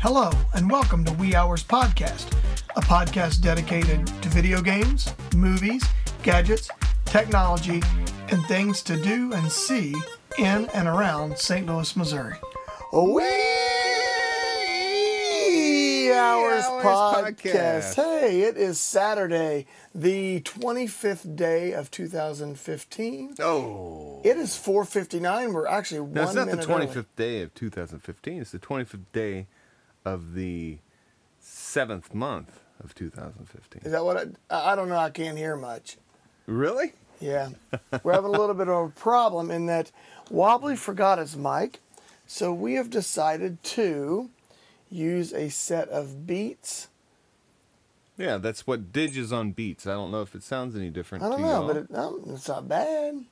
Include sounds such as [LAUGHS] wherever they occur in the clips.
Hello, and welcome to We Hours Podcast, a podcast dedicated to video games, movies, gadgets, technology, and things to do and see in and around St. Louis, Missouri. Wee Hours Hours podcast. Podcast. Hey, it is Saturday, the 25th day of 2015. Oh. It is 4:59. We're actually one No, it's not the minute 25th early. day of 2015. It's the 25th day of the seventh month of Is 2015. that what I, I I don't know, I can't hear much. Really? Yeah. We're having a little bit of a problem in that Wobbly forgot his mic, so we have decided to use a set of beats. Yeah, that's what Dig is on beats. I don't know if it sounds any different. I don't to know, y'all. but it, um, it's not bad.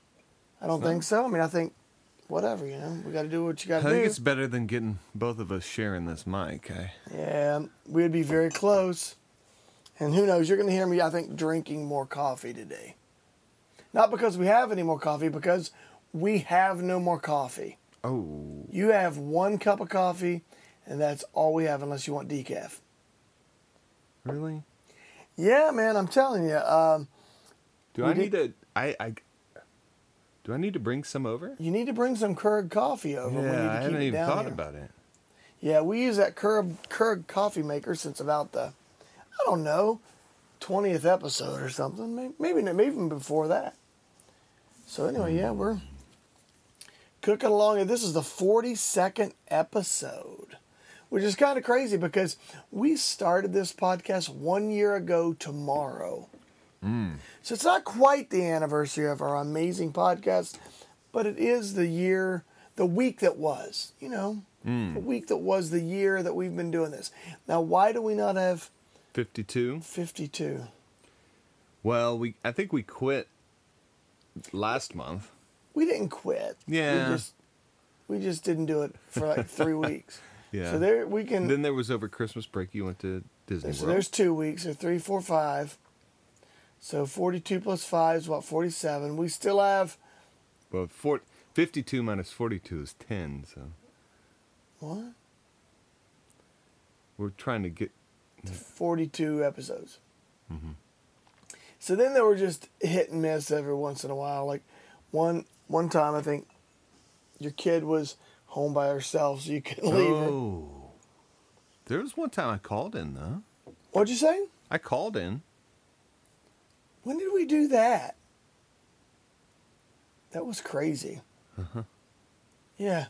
I don't think so. I mean, I think whatever, you know, we got to do what you got I to do. think it's better than getting both of us sharing this mic. eh? I, Yeah, we'd be very close. And who knows, you're going to hear me, I think, drinking more coffee today. Not because we have any more coffee, because we have no more coffee. oh, You have one cup of coffee, and that's all we have unless you want decaf. really? Yeah, man, I'm telling you. Um, Do We I did- need to? I, I do I need to bring some over? you need to bring some Keurig coffee over. we need to Yeah, I keep haven't it even down thought here. about it. Yeah, we use that Keurig, Keurig coffee maker since about the, I don't know, 20th episode or something. May- Maybe, maybe even before that. So, anyway, yeah, we're cooking along. And this is the 42nd episode, which is kind of crazy because we started this podcast one year ago tomorrow. So, it's not quite the anniversary of our amazing podcast, but it is the year, the week that was, you know, Hmm. the week that was the year that we've been doing this. Now, why do we not have 52. 52? Well, we I think we quit last month. We didn't quit. Yeah. We just, we just didn't do it for [LAUGHS] like three weeks. Yeah. So there we can. And then there was over Christmas break. You went to Disney so World. there's two weeks, or three, four, five. So 42 plus five is what, 47. We still have, well, four, 52 minus 42 is 10. So what? we're trying to get. 42 episodes. So then they were just hit and miss every once in a while. Like one one time, I think your kid was home by herself, so you couldn't leave her. Oh, there was one time I called in though. What'd you say? I called in. When did we do that? That was crazy. Yeah.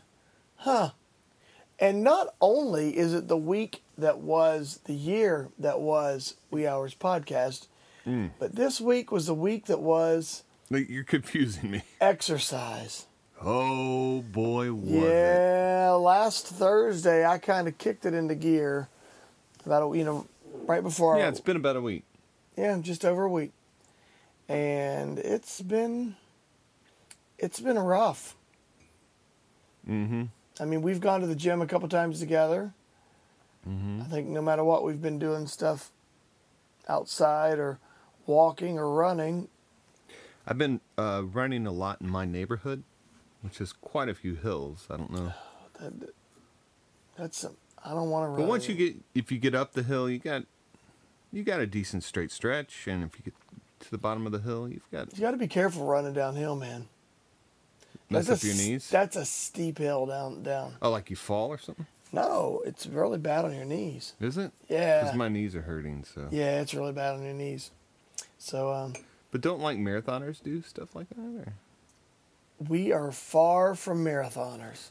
Huh. And not only is it the week that was the year that was We Hours Podcast, but this week was the week that was Like, You're confusing me. [LAUGHS] exercise. Oh boy, was it? yeah, last Thursday I kind of kicked it into gear. About a, you know, right before. Yeah, it's been about a week. yeah, just over a week, and it's been it's been rough. Mm-hmm. I mean, we've gone to the gym a couple times together. Mm-hmm. I think no matter what, we've been doing stuff outside or walking or running. I've been uh, running a lot in my neighborhood, which is quite a few hills. I don't know. That's I don't want to run. But once you anymore. get, if you get up the hill, you got, you got a decent straight stretch, and if you get to the bottom of the hill, you've got you got to be careful running downhill, man. mess That's up a your s- knees. That's a steep hill down down. Oh, like you fall or something? No, it's really bad on your knees. Is it? Yeah. Because my knees are hurting. So. Yeah, it's really bad on your knees. So um, But don't like marathoners do stuff like that. Or? we are far from marathoners.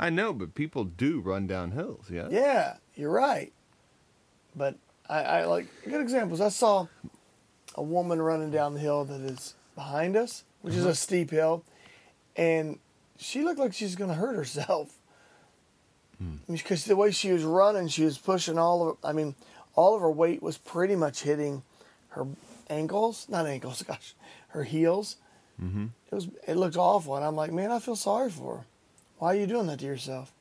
I know, but people do run down hills. Yeah. Yeah, you're right. But I, I like good examples. I saw a woman running down the hill that is behind us, which is a steep hill, and she looked like she's going to hurt herself. Because the way she was running, she was pushing all of. I mean, all of her weight was pretty much hitting her ankles, not ankles, [LAUGHS] gosh, her heels. It was. It looked awful, and I'm like, man, I feel sorry for her. Why are you doing that to yourself?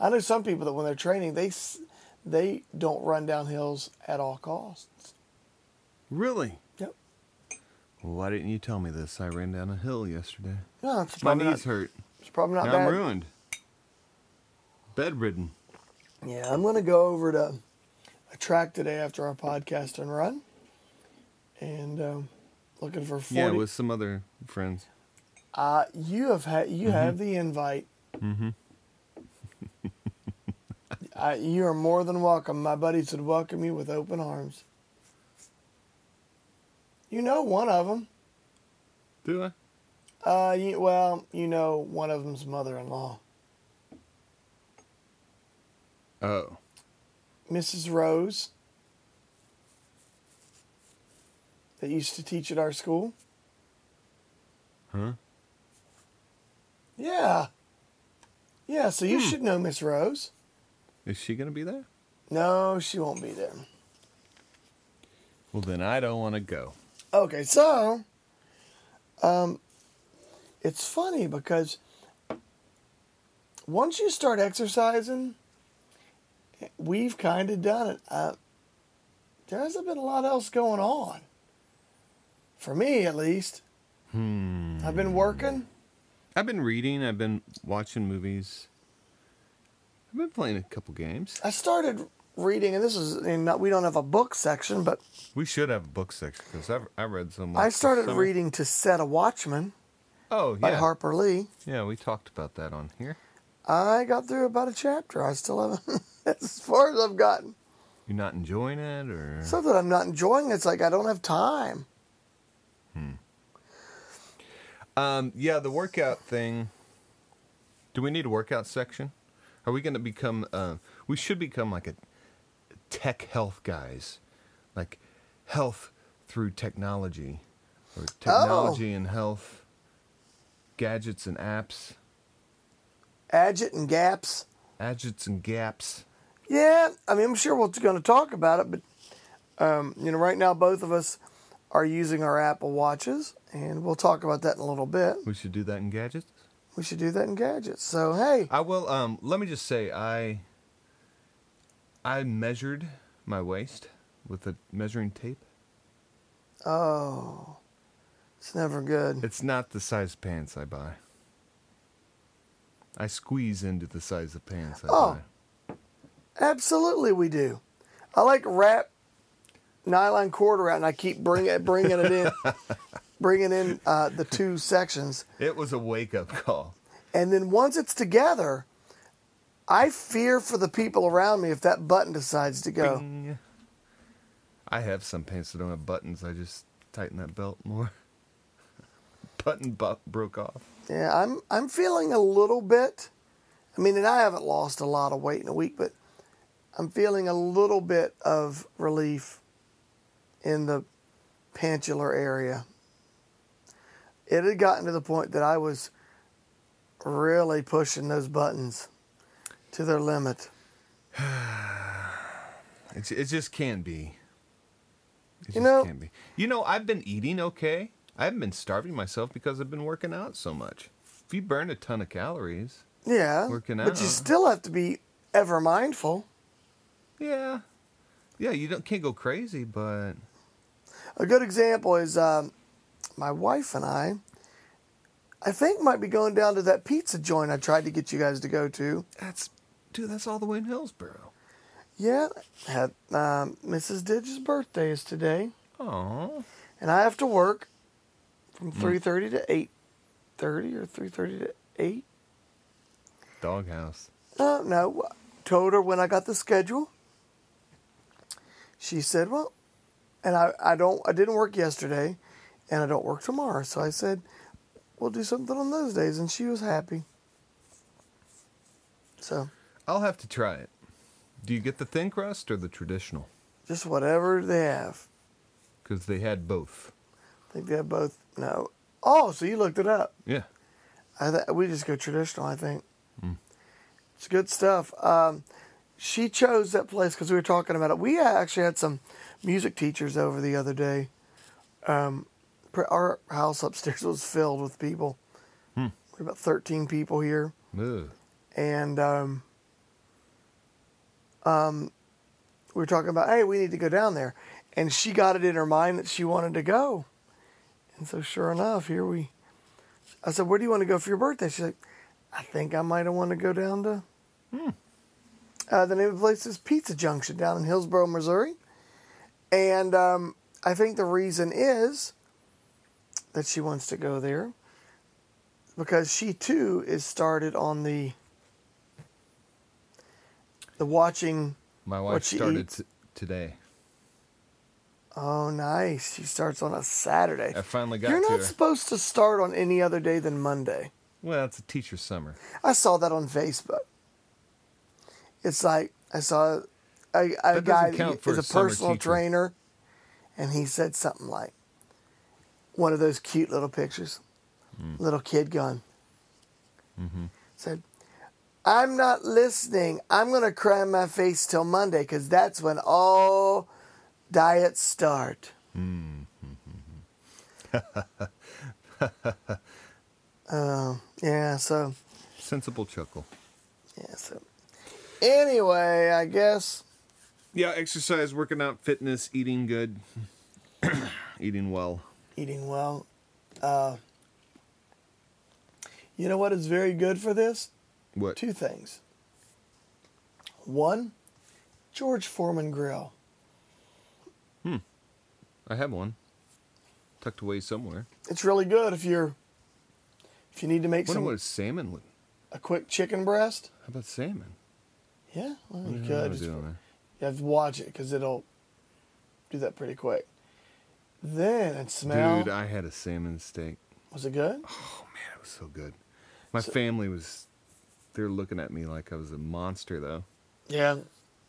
I know some people that when they're training, they s- they don't run down hills at all costs. Really? Yep. Well, why didn't you tell me this? I ran down a hill yesterday. No, it's My probably knees not, hurt. It's probably not now bad. I'm ruined. Bedridden. Yeah, I'm gonna go over to a track today after our podcast and run, and um, looking for forty. Yeah, with some other friends. uh, you have had Mm-hmm. you have the invite. Mm-hmm. [LAUGHS] I, you are more than welcome. My buddies would welcome you with open arms. You know one of them. Do I? Uh, you, well, you know one of them's mother-in-law, Oh, Mrs. Rose, that used to teach at our school. huh? Yeah. Yeah, so you should know Miss Rose. Is she gonna be there? No, she won't be there. Well, then I don't want to go. Okay, so um it's funny because once you start exercising, we've kind of done it. Uh, there hasn't been a lot else going on. For me, at least. Hmm. I've been working. I've been reading. I've been watching movies. I've been playing a couple games. I started reading, and this is, and not, we don't have a book section, but We should have a book section because I've I read some. I this started summer. reading To Set a Watchman. Oh by yeah, Harper Lee. yeah. We talked about that on here. I got through about a chapter. I still haven't. [LAUGHS] that's as far as I've gotten. You're not enjoying it, or Something I'm not enjoying. It's like I don't have time. um, yeah, the workout thing. Do we need a workout section? Are we going to become? Uh, we should become like a tech health guys, like health through technology, or technology and health, gadgets and apps, Agit and gaps. gadgets and gaps. Yeah, I mean, I'm sure we're going to talk about it, but um, you know, right now both of us are using our Apple watches, and we'll talk about that in a little bit. We should do that in gadgets. We should do that in gadgets. So hey, I will. Um, let me just say, I I measured my waist with a measuring tape. oh, it's never good. It's not the size pants I buy. I squeeze into the size of pants I Oh. buy. Absolutely, we do. I like wrap nylon cord around, and I keep bring it, bringing it in, bringing in uh, the two sections, It was a wake up call. and then once it's together, I fear for the people around me if that button decides to go. Bing. I have some pants that don't have buttons. I just tighten that belt more. [LAUGHS] Button bu- broke off. Yeah, I'm I'm feeling a little bit. I mean, and I haven't lost a lot of weight in a week, but I'm feeling a little bit of relief in the pantular area. It had gotten to the point that I was really pushing those buttons to their limit. It, it just can be. It You just know- can be. You know, I've been eating okay. I haven't been starving myself because I've been working out so much. If you burn a ton of calories, Yeah, Working but you out. still have to be ever mindful. yeah, yeah, you don't can't go crazy, but A good example is um, my wife and I. I think might be going down to that pizza joint I tried to get you guys to go to. that's dude, that's all the way in Hillsboro. Yeah, had, um, Mrs. Didge's birthday is today, Oh, and I have to work from three thirty to eight thirty or three thirty to eight. doghouse. No, no. Told her when I got the schedule. She said, "Well," and I, I don't I didn't work yesterday, and I don't work tomorrow. So I said, "We'll do something on those days," and she was happy. So I'll have to try it. Do you get the thin crust or the traditional? just whatever they have, Because they had both. I think they have both. No. Oh, so you looked it up. Yeah. I th- we just go traditional. I think it's good stuff. Um, she chose that place because we were talking about it. We actually had some music teachers over the other day. Um, pr- our house upstairs [LAUGHS] was filled with people. We're about thirteen people here, Ugh. and um, um, we were talking about hey, we need to go down there, and she got it in her mind that she wanted to go, and so sure enough, here we. I said, "Where do you want to go for your birthday?" She's like, "I think I might want to go down to Uh, the name of the place is Pizza Junction down in Hillsboro, Missouri. And um, I think the reason is that she wants to go there because she too is started on the the watching. My What wife she started eats. t- today. Oh, nice! She starts on a Saturday. I finally got You're to not her. supposed to start on any other day than Monday. Well, it's a teacher's summer. I saw that on Facebook. It's like I saw a, a doesn't guy count that for is a a summer personal teacher. trainer, and he said something like, "One of those cute little pictures, Hmm. little kid gun." Mm-hmm. Said, "I'm not listening. I'm gonna cry in my face till Monday because that's when all diets start." Hmm. [LAUGHS] [LAUGHS] Oh yeah, so. Sensible chuckle. Yeah, so anyway, I guess Yeah, exercise, working out, fitness, eating good, [COUGHS] eating well. eating well. Uh, you know what is very good for this? What? Two things. One, George Foreman grill. I have one tucked away somewhere. It's really good if you're if you need to make Wonder some what salmon would. a quick chicken breast. How about salmon? Yeah, well, you Wonder how could. they It's- do on there. You have to watch it because it'll do that pretty quick. Then it smell. Dude, I had a salmon steak. was Oh, it good? Man, it was so good. My family was. They're looking at me like I was a monster, though. Yeah,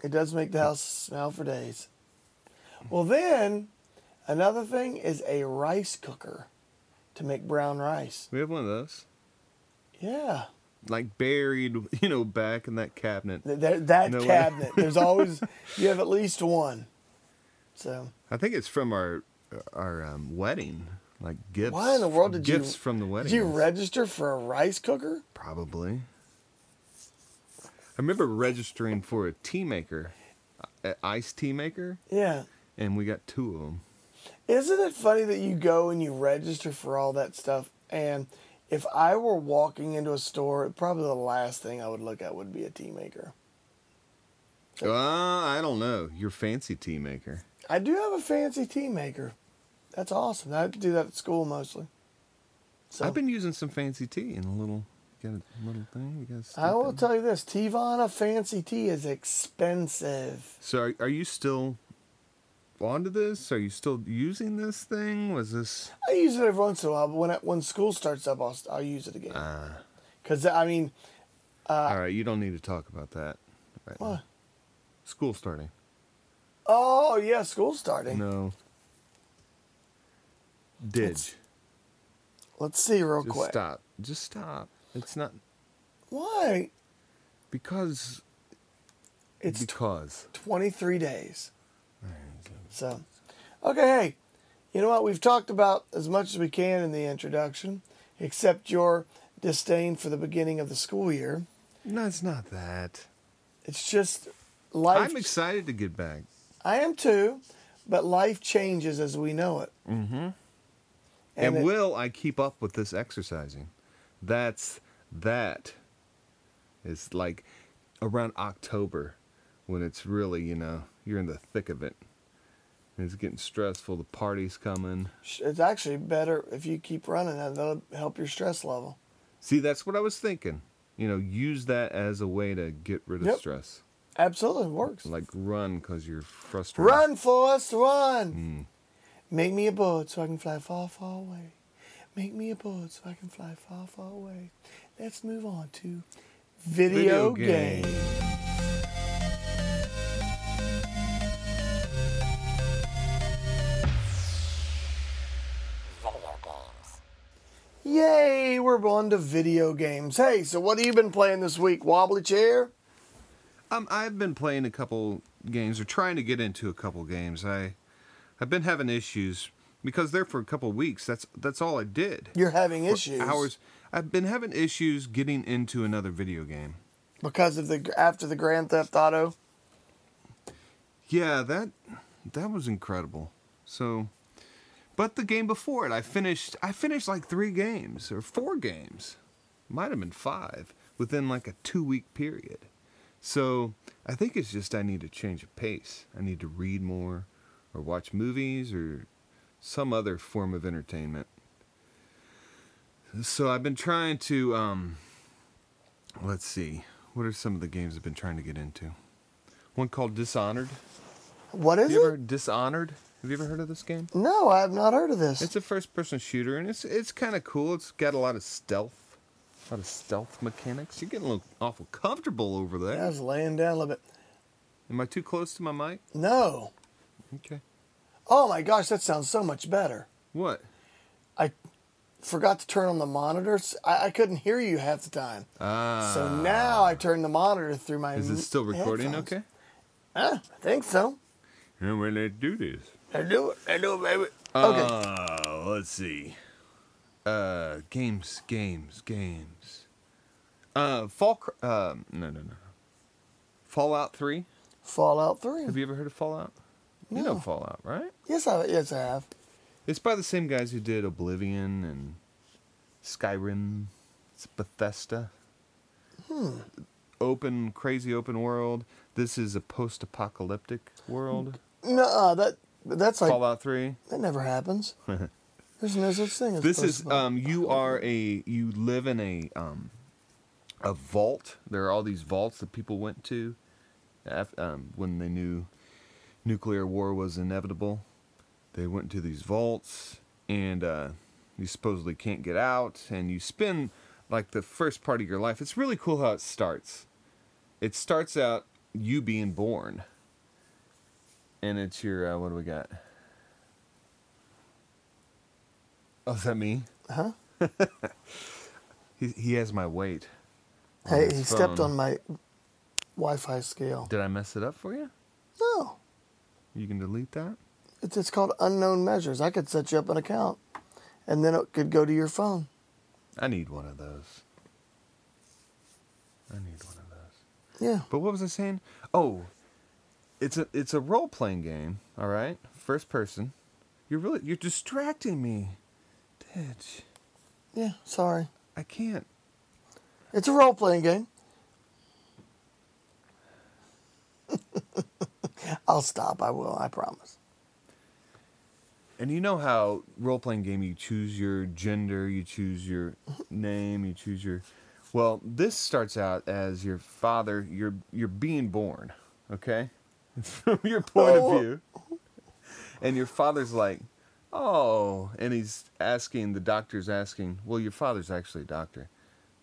it does make the house smell for days. Well, then another thing is a rice cooker to make brown rice. We have one of those, Yeah, like buried, [LAUGHS] you know, back in that cabinet. Th- there- that No way. cabinet. [LAUGHS] There's always you have at least one. So I think it's from our our um, wedding, like gifts. why in the world did you gifts from the wedding? Did you is- register for a rice cooker? Probably. I remember registering for a tea maker, an iced tea maker, Yeah. and we got two of them. Isn't it funny that you go and you register for all that stuff? And if I were walking into a store, probably the last thing I would look at would be a tea maker. Oh. Uh, I don't know. Your fancy tea maker. I do have a fancy tea maker. That's awesome. I do that at school mostly. So I've been using some fancy tea in a little, got a little thing. You guys. I will stick tell you this, Tivana fancy tea is expensive. that- So, are, are you still onto this? Are you still using this thing? Was this? I use it every once in a while, but when I, when school starts up, I'll, I'll use it Uh, again. Because I mean, all right, you don't need to talk about that. Right now. Uh, what? School starting. Oh yeah, school starting. No. Did It's Let's see real just quick. stop? Just stop. It's not Why? because. It's because. 23 days. So, okay, hey, you know what? We've talked about as much as we can in the introduction, except your disdain for the beginning of the school year. No, it's not that. It's just life. I'm excited to get back. I am too, but life changes as we know it. Mm-hmm. And, And, it- will I keep up with this exercising? That's that. It's like around October when it's really, you know, you're in the thick of it. And it's getting stressful. The party's coming. it's actually better if you keep running, and that'll help your stress level. See, that's what I was thinking. You know, use that as a way to get rid of Yep. stress. Absolutely works. Like run because you're frustrated. Run, Forrest, run! Make me a bird so I can fly far, far away. Make me a bird so I can fly far, far away. Let's move on to video, Video game. game. Yay, we're on to video games. Hey, so what have you been playing this week? Wobbly chair? Um, I've been playing a couple games or trying to get into a couple games. I, I've been having issues because there for a couple weeks. That's that's all I did. You're having issues. Hours. I've been having issues getting into another video game. Because of the after the Grand Theft Auto. Yeah, that that was incredible. So, but the game before it, I finished. I finished like three games or four games, might have been five within like a two week period. So I think it's just I need to change of pace. I need to read more or watch movies or some other form of entertainment. So I've been trying to um let's see. What are some of the games I've been trying to get into? One called Dishonored. What is Have you ever it? Dishonored? Have you ever heard of this game? No, I have not heard of this. It's a first-person shooter, and it's it's kind of cool. It's got a lot of stealth, a lot of stealth mechanics. You're getting a little awful comfortable over there. I was laying down a little bit. Am I too close to my mic? No. Okay. Oh my gosh, that sounds so much better. What? I forgot to turn on the monitor. so I, I couldn't hear you half the time. Ah. so now I turn the monitor through my. Is it still recording? headphones. Okay. Ah, I think so. And when they do this. I do it. I do it, baby. okay. Uh, let's see. Uh, games, games, games. Uh, Fall. Cr- um, no, no, no. Fallout Three. Fallout Three. Have you ever heard of Fallout? You know Fallout, right? yes, I yes I have. It's by the same guys who did Oblivion and Skyrim. It's Bethesda. Open, crazy open world. This is a post-apocalyptic world. No, that that's like Fallout Three. that never [LAUGHS] happens. There's no such thing as this is personal. um, you are a you live in a um, a vault. There are all these vaults that people went to af- um, when they knew nuclear war was inevitable. They went to these vaults, and uh, you supposedly can't get out. And you spend like the first part of your life. It's really cool how it starts. It starts out you being born, and it's your uh, what do we got? Oh, is that me? huh? He, he has my weight. on Hey, his he stepped phone. on my Wi-Fi scale. Did I mess it up for you? No, You can delete that. it's it's called unknown measures. I could set you up an account, and then it could go to your phone. I need one of those. I need one of those. Yeah. But what was I saying? Oh, it's a it's a role playing game. All right, first person. You're really you're distracting me, Ditch. Yeah, sorry. I can't. It's a role playing game. [LAUGHS] I'll stop. I will. I promise. And you know how role playing game you choose your gender, you choose your name, you choose your Well, this starts out as your father, you're you're being born, okay? [LAUGHS] From your point of view. And your father's like, "Oh," and he's asking the doctor's asking, "Well, your father's actually a doctor."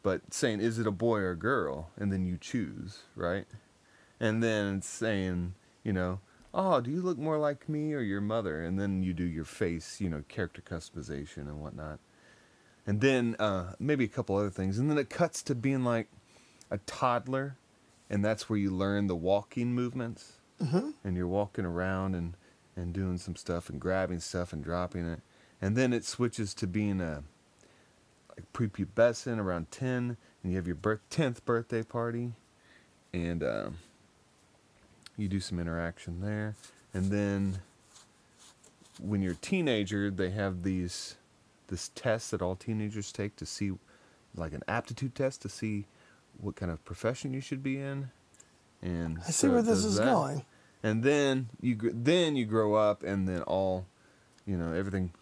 But saying, "Is it a boy or a girl?" and then you choose, right? and then saying, you know, oh, do you look more like me or your mother? And then you do your face, you know, character customization and whatnot. And then uh, maybe a couple other things. And then it cuts to being like a toddler, and that's where you learn the walking movements. Mm-hmm. And you're walking around and, and doing some stuff and grabbing stuff and dropping it. And then it switches to being a like prepubescent around 10, and you have your birth 10th birthday party. And um, you do some interaction there and then when you're a teenager they have these this test that all teenagers take to see like an aptitude test to see what kind of profession you should be in and I see where it this does is that. going. and then you gr- then you grow up and then all you know everything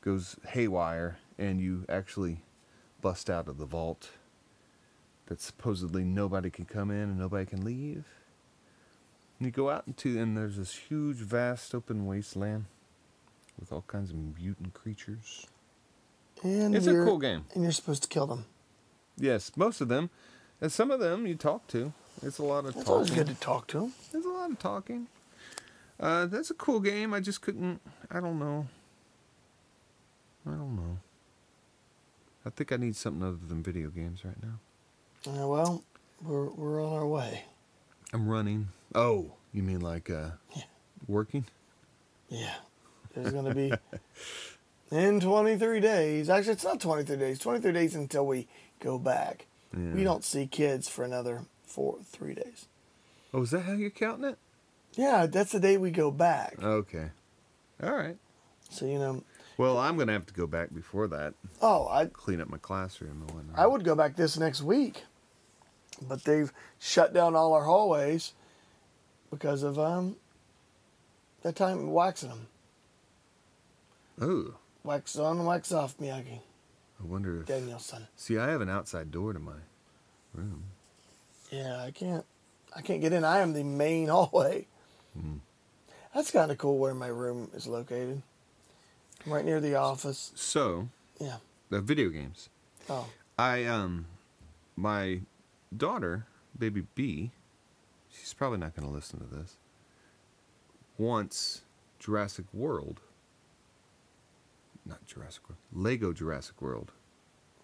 goes haywire and you actually bust out of the vault that supposedly nobody can come in and nobody can leave. And you go out into, and there's this huge, vast, open wasteland with all kinds of mutant creatures. And It's a you're- cool game. And you're supposed to kill them. Yes, most of them, and some of them you talk to. It's a lot of It's always talking. good to talk to them. There's a lot of talking. Uh, that's a cool game. I just couldn't. I don't know. I don't know. I think I need something other than video games right now. Yeah, Uh, well, we're we're on our way. I'm running. Oh, you mean like uh, Yeah. working? Yeah. There's going to be in 23 days. Actually, it's not 23 days. 23 days until we go back. We Yeah. don't see kids for another four, three days. Oh, is that how you're counting it? Yeah, that's the day we go back. Okay. All right. So, you know, Well, I'm gonna have to go back before that, oh, I clean up my classroom and whatnot. I would go back this next week. But they've shut down all our hallways because of um, that time waxing them. Oh, Wax on, wax off, Miyagi. I wonder if. Danielson. See, I have an outside door to my room. Yeah, I can't. I can't get in. I am the main [LAUGHS] hallway. Mm-hmm. That's kind of cool where my room is located. Right near the office. So, Yeah. the video games. Oh. I um, my daughter, baby B, she's probably not going to listen to this. Wants Jurassic World. Not Jurassic World. Lego Jurassic World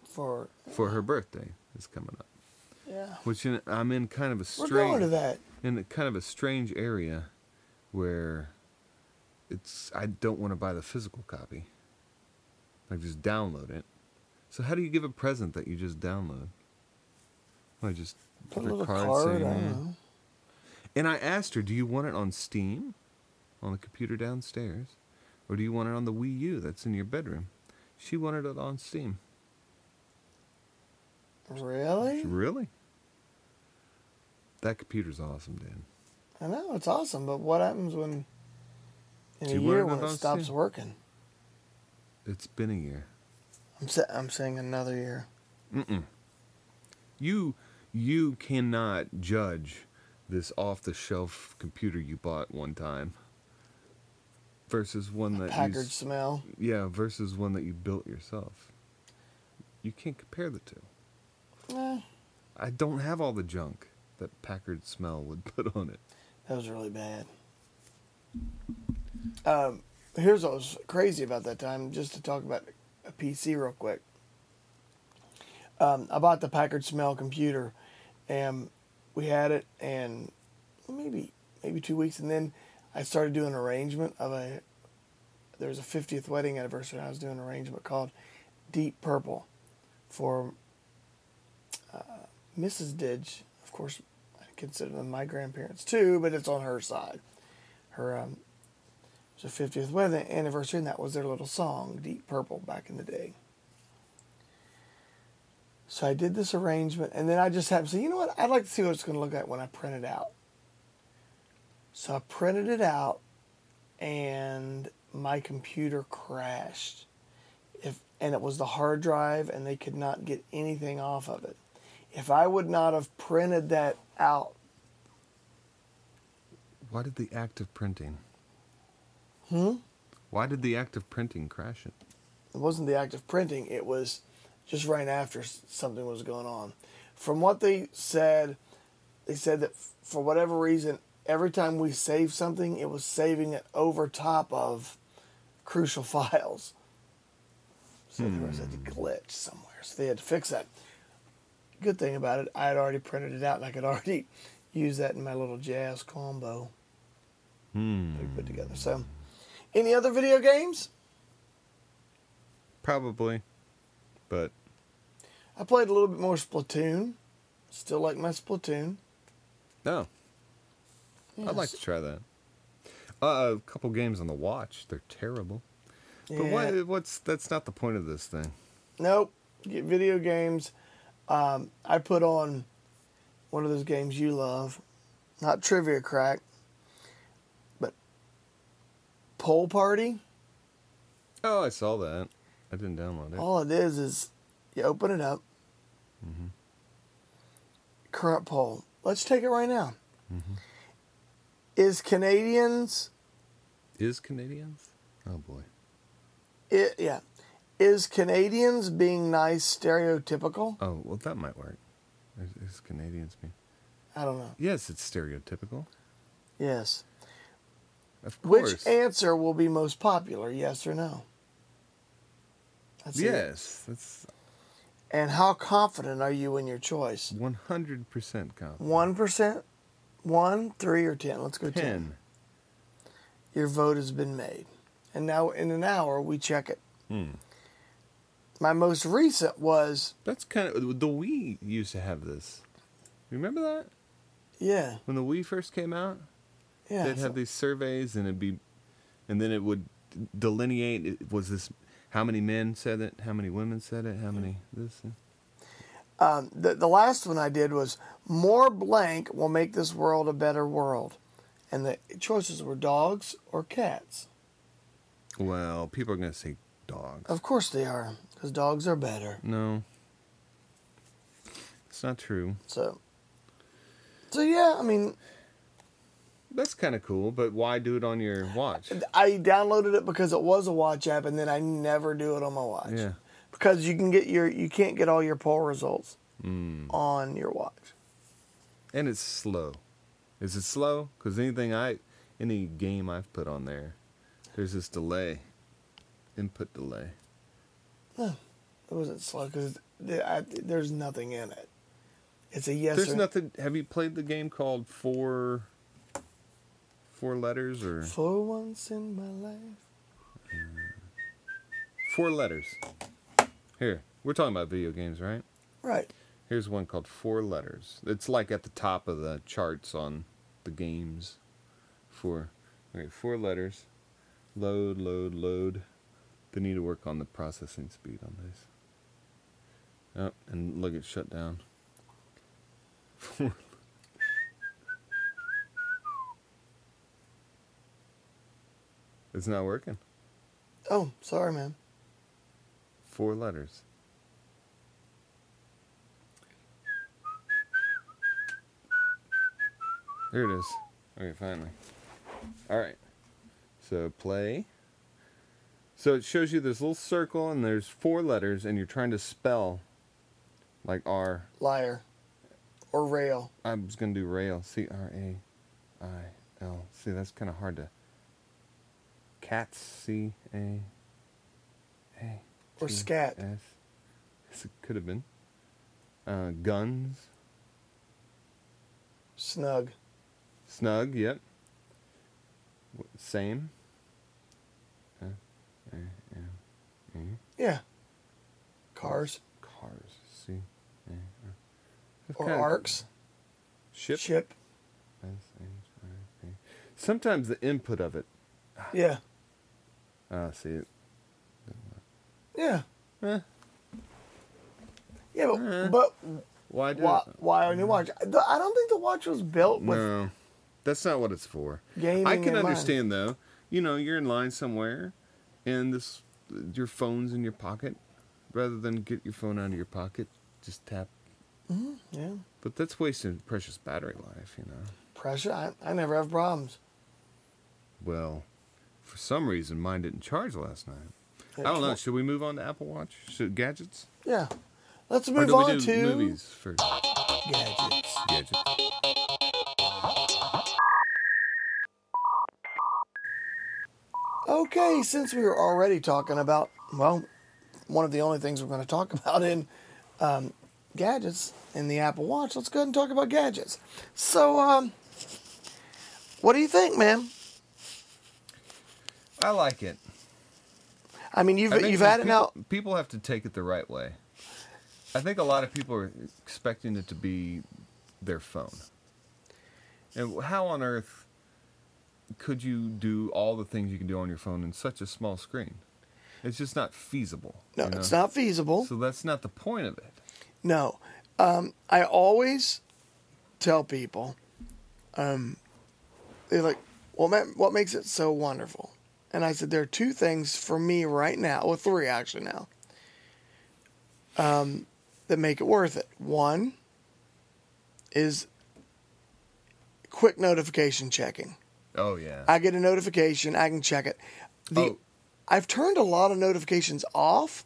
For for her birthday is coming up, yeah. which in, I'm in kind of a We're strange going to that. in a kind of a strange area where it's I don't want to buy the physical copy. Like just download it. So how do you give a present that you just download? I just Put a her little card card. I saying, don't "Yeah." know. And I asked her, "Do you want it on Steam, on the computer downstairs, or do you want it on the Wii U that's in your bedroom?" She wanted it on Steam. Really? Really? That computer's awesome, Dan. I know it's awesome, but what happens when in Do you a want year it when it announced stops soon? working? It's been a year. I'm sa- I'm saying another year. you you cannot judge this off the shelf computer you bought one time versus one that you Packard s- smell. yeah versus one that you built yourself you can't compare the two Eh, i don't have all the junk that packard smell would [LAUGHS] put on it that was really bad. Um, here's what was crazy about that time. Just to talk about a PC real quick. Um, I bought the Packard Smell computer, and we had it, and maybe maybe two weeks, and then I started doing an arrangement of a. There was a 50th wedding anniversary, and I was doing an arrangement called Deep Purple, for Mrs. Didge, of course, I consider them my grandparents too, but it's on her side. Her um, it was her 50th wedding anniversary, and that was their little song, Deep Purple, back in the day. So I did this arrangement, and then I just happened to say, you know what? I'd like to see what it's going to look like when I print it out. So I printed it out, and my computer crashed. If and it was the hard drive, and they could not get anything off of it if I would not have printed that out, why did the act of printing hmm why did the act of printing crash it it wasn't the act of printing, it was just right after s- something was going on. From what they said, they said that f- for whatever reason, every time we saved something, it was saving it over top of crucial [LAUGHS] files. So there was a glitch somewhere, so they had to fix that. Good thing about it, I had already printed it out and I could already [LAUGHS] use that in my little jazz combo. hmm we put together. So, any other video games? probably but I played a little bit more Splatoon. Still like my Splatoon. no i'd like to try that uh, a couple games on the watch they're terrible But Yeah. what, what's that's not the point of this thing. Nope. Get video games. Um, I put on one of those games you love, not Trivia Crack, but Pole Party. Oh, I saw that. I didn't download it. All it is is you open it up. Mm-hmm. Current poll. Let's take it right now. Mm-hmm. Is Canadians Is Canadians? Oh boy. It, yeah. Is Canadians being nice stereotypical? Oh well, that might work. Is, is Canadians mean? I don't know. Yes, it's stereotypical. Yes. Of course. Which answer will be most popular, yes or no? That's it. yes, that's And how confident are you in your choice? one hundred percent confident. 1%, 1, 3, or 10? Let's go 10. Ten. Your vote has been made. And now in an hour, we check it. Hmm. My most recent was, That's kind of the Wii used to have this. Remember that yeah, when the Wii first came out? yeah. they'd have these surveys and it'd be and then it would delineate it was this how many men said it how many women said it how many this and- Um, the, the last one I did was more blank will make this world a better world. And the choices were dogs or cats. Well, people are gonna say dogs. Of course they are, because dogs are better. No, it's not true. So, so yeah, I mean, That's kind of cool, but why do it on your watch? I downloaded it because it was a watch app, and then I never do it on my watch. Yeah. Because you can get your you can't get all your poll results on your watch. Hmm. And it's slow. Is it slow? Because anything I, any game I've put on there, there's this delay, input delay. It wasn't slow because there's nothing in it. It's a yes. there's or nothing. Have you played the game called Four? Four letters or For once in my life. four letters? Here, we're talking about video games, right? Right. Here's one called Four Letters. It's like at the top of the charts on the games. Four, okay, four letters. Load, load, load. They need to work on the processing speed on this. Oh, and look, it shut down. [LAUGHS] it's not working. Oh, sorry, man. Four letters. There it is. Okay, finally. All right. So play. So it shows you this little circle, and there's four letters, and you're trying to spell like R. Liar. Or rail. I was going to do rail. C R A I L. See, that's kind of hard to. Cats. C A A. Or T scat. S. Yes, it could have been. Uh, guns. Snug. Snug, yep. W- Same. Yeah. Cars. Cars. See. uh, Or kinda- arcs. Ship. Ship. S H I P. Sometimes the input of it. Yeah. Ah, see it. Yeah. Eh, Yeah, but, Uh, but why do why, it? why on your watch? I the- I don't think the watch was built with. No, that's not what it's for. Gaming I can in mind. understand though. You know, you're in line somewhere, and this your phone's in your pocket. Rather than get your phone out of your pocket, just tap. Yeah. But that's wasting precious battery life. You know. Pressure. I, I never have problems. Well, for some reason, mine didn't charge last night. Yeah, I don't know. tw- Should we move on to Apple Watch? Should gadgets? Yeah. Let's Or move do on we do to movies first? gadgets. Gadgets. Okay, since we were already talking about, well, one of the only things we're going to talk [LAUGHS] about in um, gadgets in the Apple Watch, let's go ahead and talk about gadgets. So, um, what do you think, man? I like it. I mean, you've I think you've had it people, now. People have to take it the right way. I think a lot of people are expecting it to be their phone. And how on earth could you do all the things you can do on your phone in such a small screen? It's just not feasible. No, you know? it's not feasible. So that's not the point of it. No. Um, I always tell people, um, they're like, well, ma- what makes it so wonderful? And I said, there are two things for me right now, well, three actually now, um, that make it worth it. One is quick notification checking. Oh yeah. I get a notification, I can check it. The, Oh. I've turned a lot of notifications off.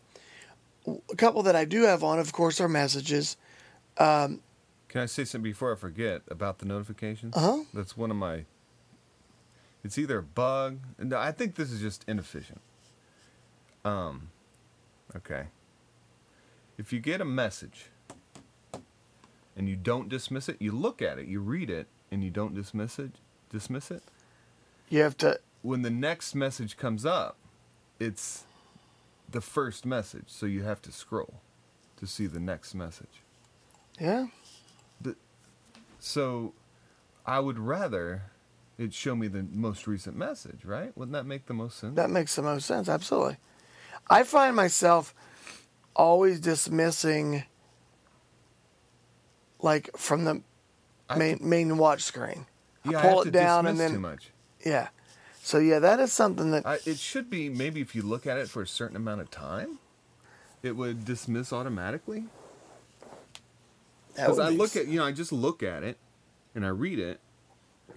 A couple that I do have on, of course, are messages. Can I say something before I forget about the notifications? Uh-huh. That's one of my. It's either a bug. No, I think this is just inefficient. Um, okay. If you get a message and you don't dismiss it, you look at it, you read it, and you don't dismiss it. Dismiss it. You have to When the next message comes up, it's the first message, so you have to scroll to see the next message. Yeah. So I would rather it show me the most recent message, right? Wouldn't that make the most sense? That makes the most sense. Absolutely. I find myself always dismissing like from the I main main watch screen. I Yeah, I pull have it to down and dismiss then too much. yeah. So yeah, that is something that I, it should be maybe if you look at it for a certain amount of time, it would dismiss automatically. that Because would I be look at you know I just look at it, and I read it.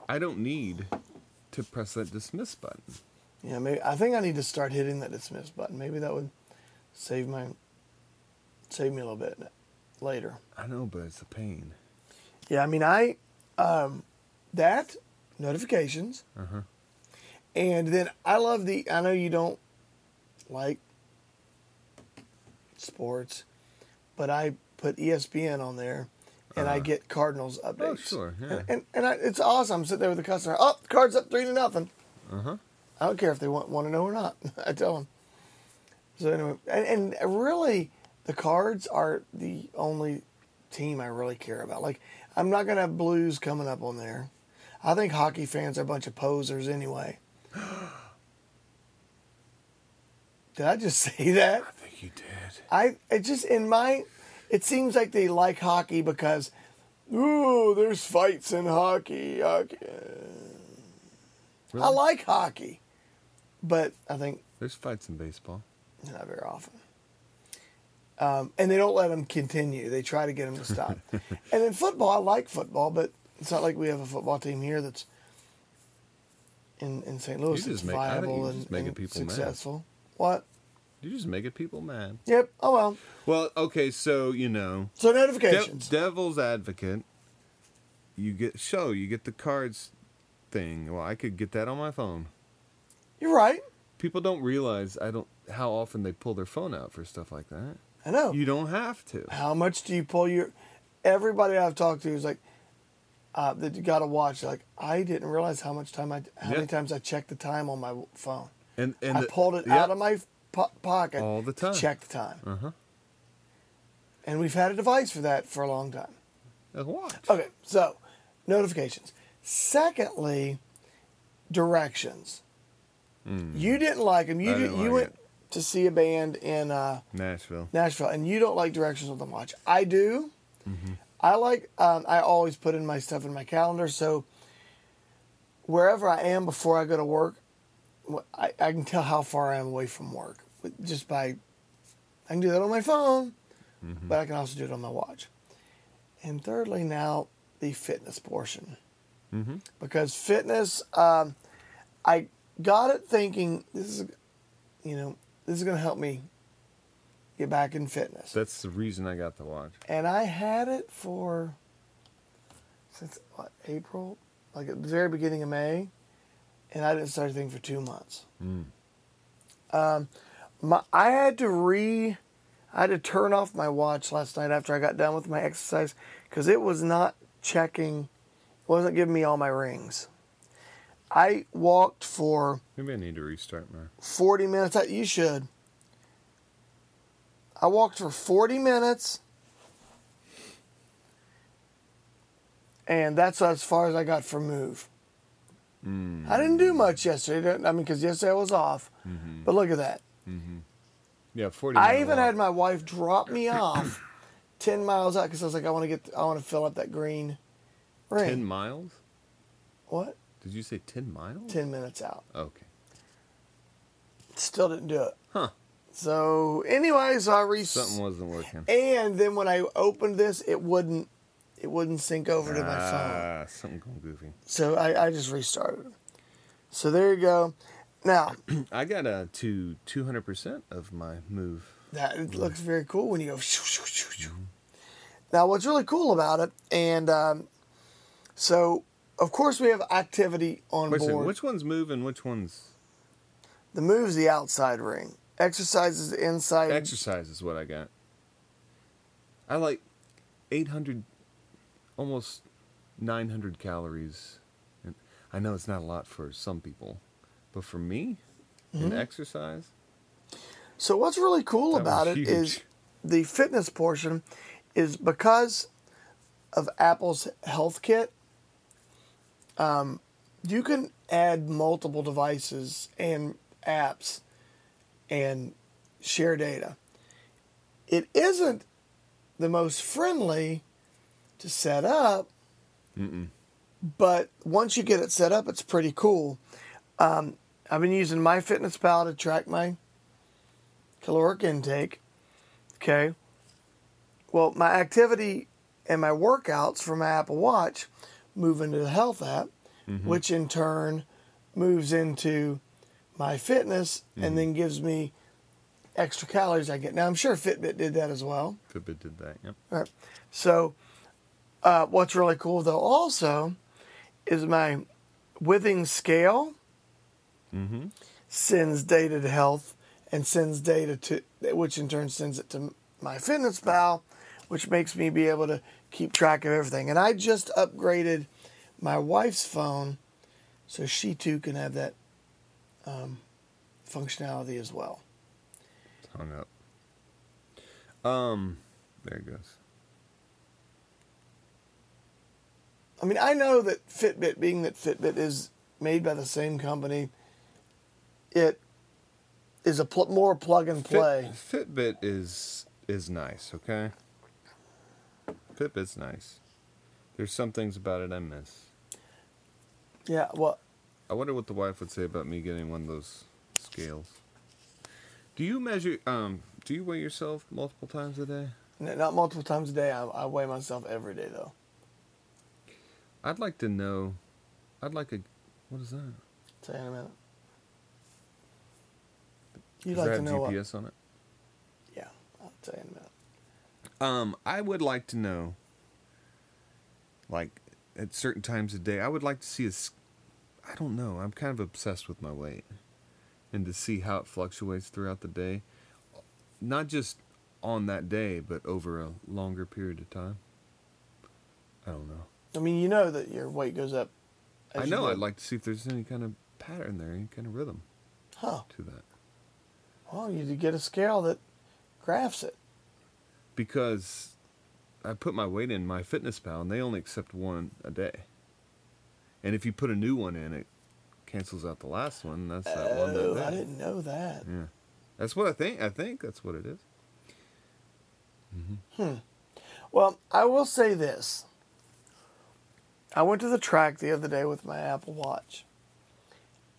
I don't need to press that dismiss button. Yeah, maybe I think I need to start hitting that dismiss button. Maybe that would save my save me a little bit later. I know, but it's a pain. Yeah, I mean I um that notifications. Uh-huh. And then I love the I know you don't like sports, but I put E ESPN on there and I get Cardinals updates. Uh-huh. Oh, sure, yeah. And and, and I, it's awesome. I'm sitting there with the customer. Oh, cards up three to nothing. I don't care if they want, want to know or not. [LAUGHS] I tell them. So anyway, and, and really, the cards are the only team I really care about. Like, I'm not gonna have Blues coming up on there. I think hockey fans are a bunch of posers anyway. Did I just [LAUGHS] say that? I think you did. I it just in my it seems like they like hockey because ooh, there's fights in hockey. hockey. I Really? like hockey, but I think There's fights in baseball. not very often. Um, and they don't let them continue. They try to get them to stop. [LAUGHS] and then football, I like football, but it's not like we have a football team here that's in, in St. Louis. just that's make- I think viable you're and, just making and people mad. successful. What? You're just making people mad. Yep. Oh well. Well, okay, so you know, So de- notifications. devil's advocate. You get show you get the cards thing. Well, I could get that on my phone. You're right. People don't realize I don't how often they pull their phone out for stuff like that. I know. You don't have to. How much do you pull your? Everybody I've talked to is like, uh, that you got to watch. Like I didn't realize how much time I, how Yeah. many times I checked the time on my phone. And and I the- pulled it yeah, out of my po- pocket All the to time. check the time. Uh-huh. And we've had a device for that for a long time. a watch. Okay, so notifications. Secondly, directions. You didn't like them. You Hmm. I did, didn't you like went to see a band in uh, Nashville. Nashville, and you don't like directions on the watch. I do. I like. Um, I always put in my stuff in my calendar, so wherever I am before I go to work, wh- I, I can tell how far I am away from work with- just by. I can do that on my phone, but I can also do it on my watch. And thirdly, now the fitness portion, because fitness, um, I got it thinking this is, you know, this is going to help me get back in fitness That's the reason I got the watch. and I had it for since what April, like at the very beginning of May, and I didn't start anything for two months. Um, my I had to re, I had to turn off my watch last night after I got done with my exercise because it was not checking, it wasn't giving me all my rings. I walked for Maybe I need to restart my. 40 minutes. I- You should. I walked for 40 minutes. And that's as far as I got for move. mm. Mm-hmm. I didn't do much yesterday. didn't- I mean, because yesterday I was off. Mm-hmm. But look at that. Yeah, forty. I minute even walk. had my wife drop me off [COUGHS] 10 miles out because I was like, I want to get, I want to fill up that green ring. ten miles. what? Did you say ten miles? 10 minutes out. Okay. Still didn't do it. Huh. So, anyway, so I reached. Something wasn't working. And then when I opened this, it wouldn't it wouldn't sync over to my phone. Ah, something going goofy. So I, I just restarted. So there you go. Now I got uh to two hundred percent of my move. that it looks very cool when you go. shoo, shoo, shoo, shoo. Mm-hmm. Now what's really cool about it, and um, so of course we have activity on Wait a second, board. which one's move and which one's The move's the outside ring. Exercise is the inside. exercise is what I got. I like eight hundred, almost nine hundred calories. And I know it's not a lot for some people, but for me, in exercise, So what's really cool That was about it huge. is the fitness portion is because of Apple's health kit. Um, you can add multiple devices and apps and share data. It isn't the most friendly to set up. But once you get it set up, it's pretty cool. Um, I've been using MyFitnessPal to track my caloric intake. Okay. Well, my activity and my workouts from my Apple Watch move into the health app, which in turn moves into my fitness and then gives me extra calories I get. Now, I'm sure Fitbit did that as well. Fitbit did that. Yep. All right. So, uh, what's really cool though, also, is my Withings scale sends data to health and sends data to, which in turn sends it to my Fitness Pal, which makes me be able to keep track of everything. And I just upgraded my wife's phone so she too can have that um, functionality as well. It's hung up. Um, there it goes. I mean, I know that Fitbit, being that Fitbit is made by the same company, it is a pl- more plug and Fit- play. Fitbit is is nice, okay? Fitbit's nice. There's some things about it I miss. Yeah, well, I wonder what the wife would say about me getting one of those scales. Do you measure um do you weigh yourself multiple times a day? n- not multiple times a day. I, I weigh myself every day though. I'd like to know I'd like a what is that? Tell you in a minute. You'd Does like that to have know what? GPS on it? Yeah, I'll tell you in a minute. Um, I would like to know, like, at certain times of day, I would like to see a. s- I don't know. I'm kind of obsessed with my weight, and to see how it fluctuates throughout the day, not just on that day, but over a longer period of time. I don't know. I mean, you know that your weight goes up. as I you know. go- I'd like to see if there's any kind of pattern there, any kind of rhythm Huh. to that, Well, you could get a scale that graphs it. because I put my weight in my Fitness Pal, and they only accept one a day. And if you put a new one in, it cancels out the last one. That's that one. Oh, That I day. didn't know that. Yeah, that's what I think. I think that's what it is. Well, I will say this. I went to the track the other day with my Apple Watch,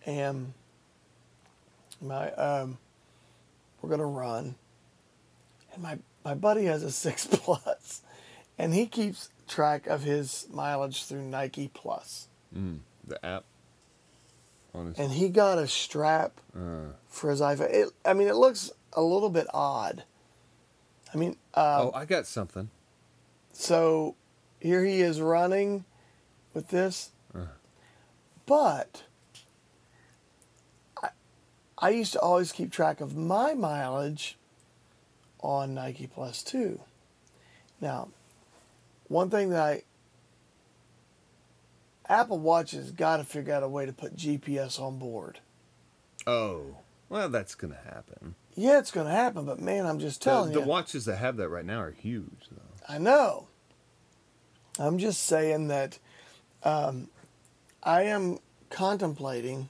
and my um, we're gonna run, and my my buddy has a [LAUGHS] six plus, and he keeps track of his mileage through Nike Plus, The app. Honestly, and he got a strap uh, for his iPhone. It, I mean, it looks a little bit odd. I mean, uh, oh, I got something. So here he is running with this. Uh. But I, I used to always keep track of my mileage on Nike Plus 2. Now, one thing that I Apple Watch has got to figure out a way to put GPS on board. Oh, well, that's gonna happen. Yeah, it's going to happen, but man, I'm just The, telling the you. watches that have that right now are huge, though. I know. I'm just saying that um, I am contemplating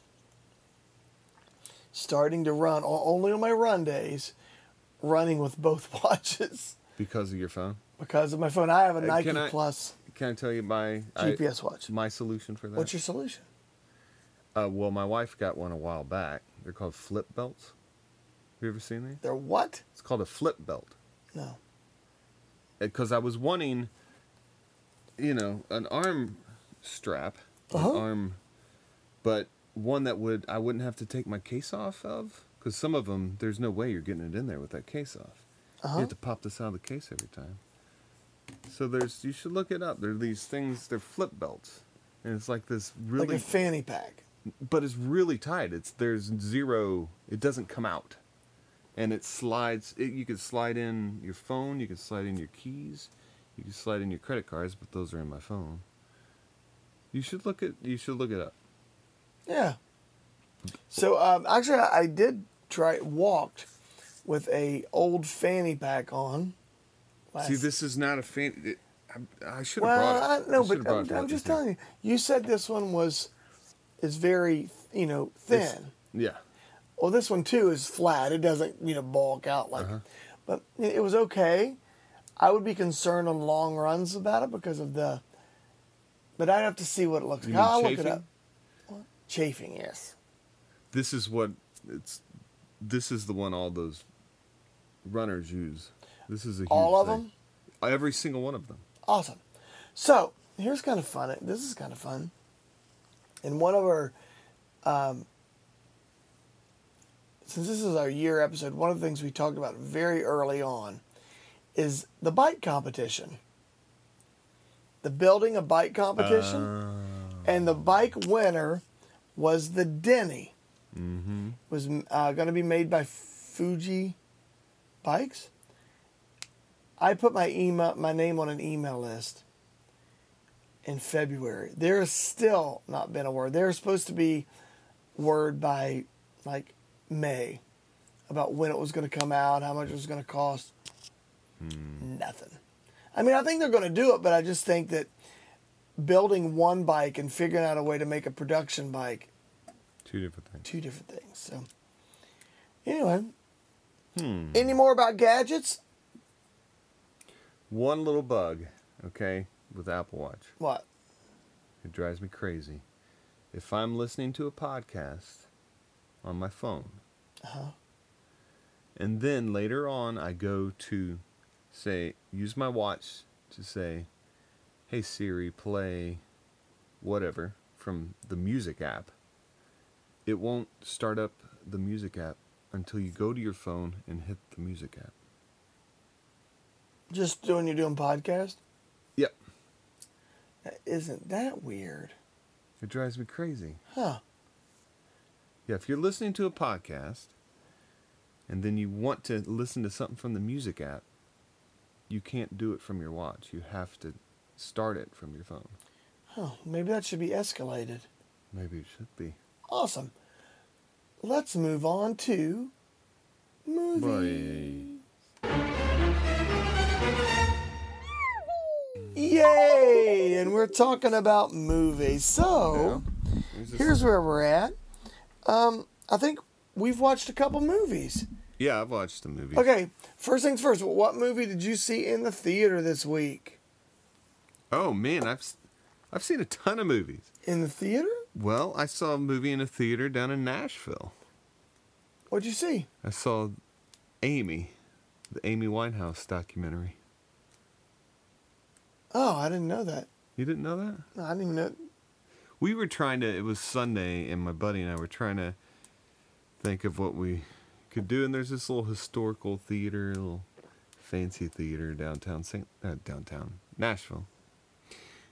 starting to run o- only on my run days, running with both [LAUGHS] watches Because of your phone. because of my phone. I have a Hey, Nike can I- Plus Can I tell you my I- GPS watch. my solution for that? What's your solution? Uh, well, my wife got one a while back. They're called flip belts. Have you ever seen these? They're what? It's called a flip belt. No. because I was wanting, you know, an arm strap, Uh-huh. an arm, but one that would I wouldn't have to take my case off of. Because some of them, there's no way you're getting it in there with that case off. Uh-huh. You have to pop this out of the case every time. So there's you should look it up. There are these things. They're flip belts, and it's like this really, Like a fanny pack. but it's really tight. It's there's zero. It doesn't come out, and it slides. It, you could slide in your phone. You could slide in your keys. You could slide in your credit cards, but those are in my phone. You should look at. You should look it up. Yeah. So um, actually, I I did try walked with a old fanny pack on. See, last- this is not a fan. It, I, I should have Well, brought it. I, no, I but should've brought it I'm, to I'm let just know. telling you. You said this one was is very you know thin. It's- Yeah. well, Uh-huh. this one too is flat. It doesn't you know bulk out like, but it it was okay. I would be concerned on long runs about it because of the. But I'd have to see what it looks You like. mean I'll look it chafing? up. What? Chafing, yes. This is what it's. This is the one all those runners use. This is a huge All of thing. Every single one of them. Awesome. So here's kind of fun. This is kind of fun. In one of our, um, since this is our year episode, one of the things we talked about very early on is the bike competition. The building a bike competition, Uh, and the bike winner was the Denny. Mm-hmm. Was uh, going to be made by Fuji Bikes. I put my email my name on an email list in February. There has still not been a word. There's supposed to be word by like May about when it was going to come out, how much it was going to cost. Nothing. I mean, I think they're going to do it, but I just think that building one bike and figuring out a way to make a production bike Two different things. two different things. So, anyway, Hmm. any more about gadgets? One little bug, okay, with Apple Watch. What? It drives me crazy. If I'm listening to a podcast on my phone, and then later on I go to say, use my watch to say, hey Siri, play whatever from the music app, it won't start up the music app until you go to your phone and hit the music app. Just doing you're doing podcast? Yep. That isn't that weird. It drives me crazy. Huh. Yeah, if you're listening to a podcast and then you want to listen to something from the music app, you can't do it from your watch. You have to start it from your phone. Huh. Maybe that should be escalated. Maybe it should be. Awesome. Let's move on to movie. Yay! And we're talking about movies. So here's where we're at. Um, I think we've watched a couple movies. Yeah, I've watched the movie. Okay, first things first. What movie did you see in the theater this week? Oh man, I've s- I've seen a ton of movies. In the theater? Well, I saw a movie in a theater down in Nashville. What'd you see? I saw Amy, the Amy Winehouse documentary. Oh, I didn't know that. You didn't know that? No, I didn't even know. we were trying to it was sunday and my buddy and i were trying to think of what we could do and there's this little historical theater little fancy theater downtown Saint, uh, downtown nashville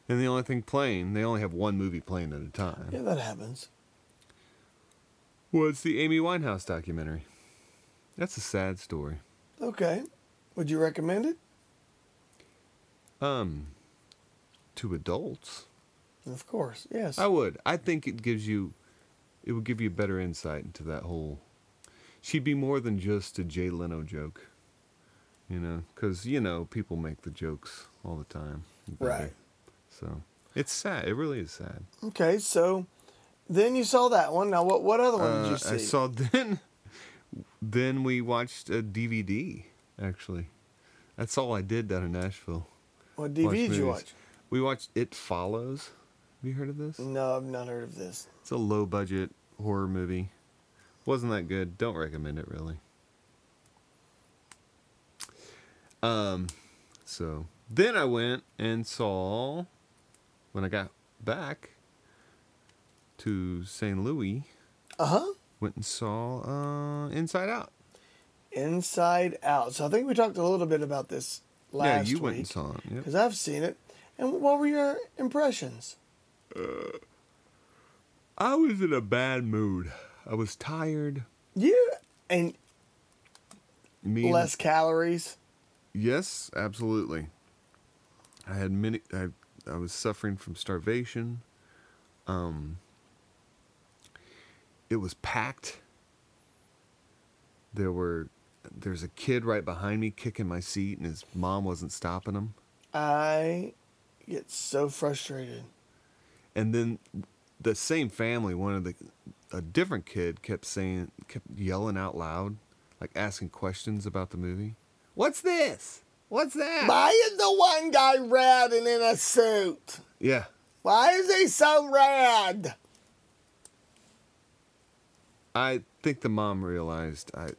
and the only thing playing they only have one movie playing at a time Yeah, that happens. was the amy winehouse documentary that's a sad story Okay. Would you recommend it? um to adults Of course, yes. I would. I think it gives you, it would give you better insight into that whole. She'd be more than just a Jay Leno joke, you know, because you know people make the jokes all the time, about Right. her. So it's sad. It really is sad. okay, so then you saw that one. Now, what what other one did Uh, you see? I saw then. Then we watched a DVD. Actually, that's all I did down in Nashville. what Watched DVD did you movies. watch? We watched It Follows. Have you heard of this? No, I've not heard of this. It's a low budget horror movie. Wasn't that good. Don't recommend it really. Um so then I went and saw when I got back to St. Louis, Uh huh. went and saw uh Inside Out. Inside Out. So I think we talked a little bit about this last yeah, you week. went and saw it. Yep. because I've seen it. And what were your impressions? I was in a bad mood. I was tired. You and Me and- less calories. Yes, absolutely. I had many. I I was suffering from starvation. Um. It was packed. There were, there's a kid right behind me kicking my seat, and his mom wasn't stopping him. I get so frustrated. And then, the same family, one of the, a different kid kept saying, kept yelling out loud, like asking questions about the movie. What's this? What's that? Why is the one guy red and in a suit? Yeah. Why is he so red? I think the mom realized I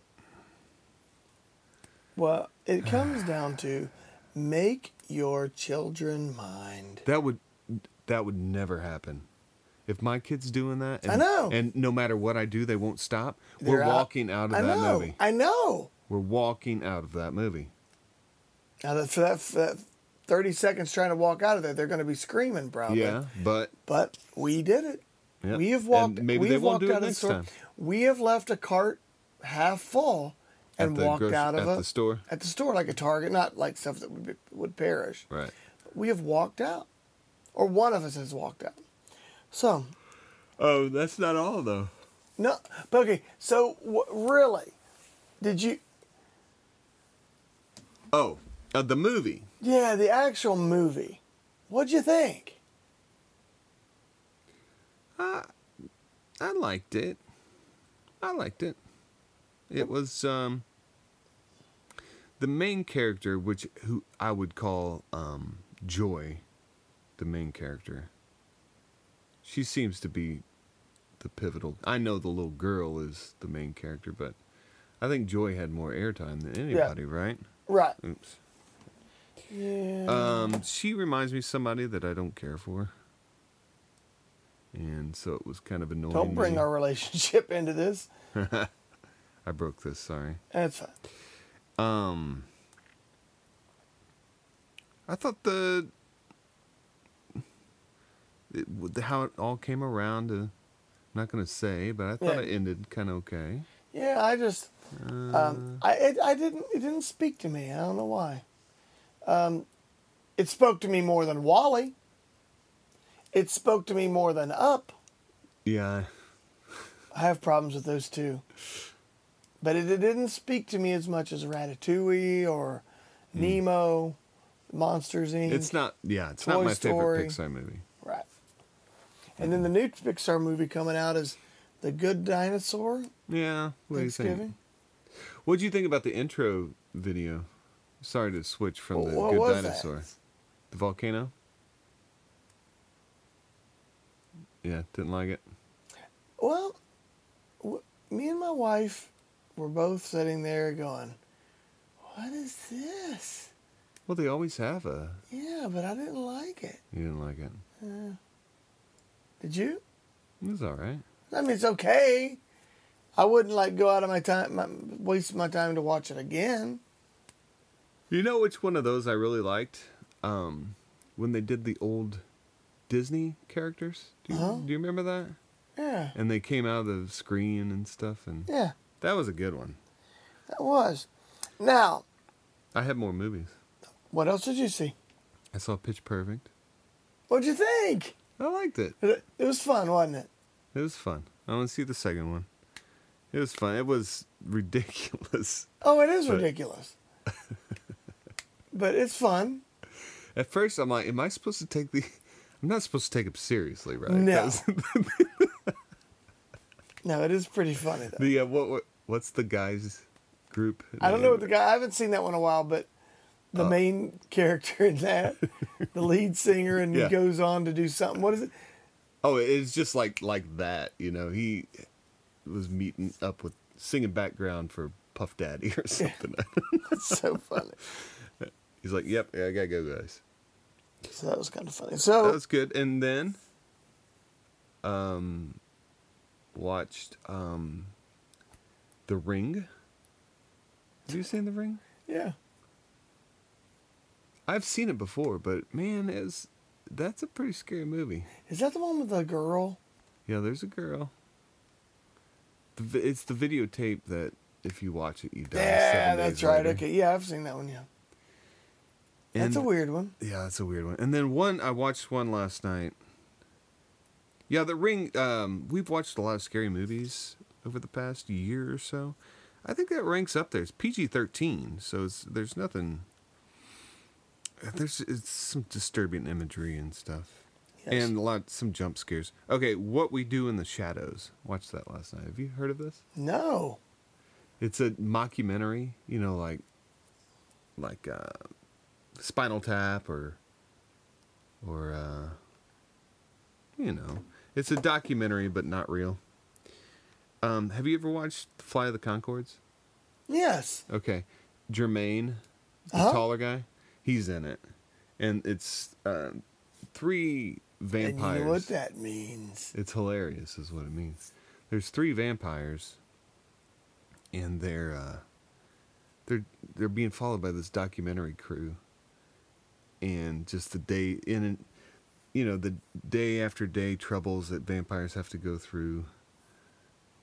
Well, it comes down to make your children mind. that would that would never happen. If my kid's doing that and, I know. and no matter what I do they won't stop, we're They're out- walking out of I that know. movie. I know. We're walking out of that movie. Now that for that, for that thirty seconds trying to walk out of there, they're going to be screaming probably. Yeah, but But we did it. yeah. We have And walked. maybe we've they won't walked do it out of the next store. time. We have left a cart half full At and the walked grocery- out of at a, the store? at the store like a Target, not like stuff that would be, would perish. Right. We have walked out, or one of us has walked out. So Oh, that's not all though. no, but okay. So w- really, did you? Oh, uh, the movie. Yeah, the actual movie. What'd you think? I liked it. I liked it. It was um the main character which who I would call um Joy, the main character. She seems to be the pivotal. I know the little girl is the main character, but I think Joy had more airtime than anybody, right? Right. Oops. Uh, Yeah. Um, she reminds me of somebody that I don't care for. And so it was kind of annoying. Don't bring me. our relationship [LAUGHS] into this. I broke this, sorry. That's fine. Um, I thought the it, w- the- how it all came around. Uh, I'm not gonna say, but I thought Yeah. it ended kind of okay. Yeah, I just, Uh. um, I it, I didn't it didn't speak to me. I don't know why. Um, it spoke to me more than Wally. It spoke to me more than Up. Yeah, I have problems with those two, but it, it didn't speak to me as much as Ratatouille or Nemo, Monsters Inc. Hmm. it's not. Yeah, it's not Toy my Story. favorite Pixar movie. right. And then the new Pixar movie coming out is The Good Dinosaur. Yeah, what do you think? Thanksgiving. What would you think about the intro video? Sorry to switch from the Wh- what Good was that? Dinosaur, the volcano. Yeah, didn't like it. Well, w- me and my wife were both sitting there going, "What is this?" Well, they always have a. Yeah, but I didn't like it. You didn't like it. Did you? It was all right. I mean, it's okay. I wouldn't like go out of my time, my, waste my time to watch it again. You know which one of those I really liked? Um, when they did the old Disney characters. Do you, Uh-huh. do you remember that? Yeah, And they came out of the screen and stuff, and yeah, that was a good one. that was. Now, I had more movies. what else did you see? I saw Pitch Perfect. What'd you think? I liked it. It it was fun, wasn't it? It was fun. I want to see the second one. It was fun. It was [LAUGHS] ridiculous. Oh, it is But- ridiculous, [LAUGHS] but it's fun. At first, I'm like, am I supposed to take the? [LAUGHS] I'm not supposed to take them seriously, right? No. That's- No, it is pretty funny though. [LAUGHS] the uh, what, what what's the guys group? I don't know what name? the guy. I haven't seen that one in a while, but Uh, the main [LAUGHS] character in that, the lead singer, and Yeah. he goes on to do something. What is it? [LAUGHS] Oh, it's just like like that, you know. He was meeting up with singing background for Puff Daddy or something. [LAUGHS] It's so funny. He's like, "Yep, yeah, I gotta go, guys." So that was kind of funny. That So was good. And then, um, watched um, The Ring. Have you seen The Ring? yeah, I've seen it before, but man, is that's a pretty scary movie. is that the one with the girl? Yeah, there's a girl. The, vi- it's the videotape that if you watch it, you die. yeah, seven that's days right. later. Okay, yeah, I've seen that one. Yeah, that's a And- weird one. Yeah, that's a weird one. And then one I watched one last night. Yeah, The Ring. Um, we've watched a lot of scary movies over the past year or so. I think that ranks up there. It's PG thirteen, so it's, there's nothing. There's it's some disturbing imagery and stuff, Yes. and a lot some jump scares. Okay, what we do in the shadows. Watched that last night. Have you heard of this? No, It's a mockumentary, you know, like like uh, Spinal Tap or or uh, you know, it's a documentary but not real. Um, have you ever watched Fly of the Concords? Yes. Okay, Jermaine, the Uh-huh. taller guy, he's in it, and it's um, three vampires. And you know what that means. It's hilarious, is what it means. There's three vampires, and they're uh, they're they're being followed by this documentary crew, and just the day in, and you know, the day after day troubles that vampires have to go through.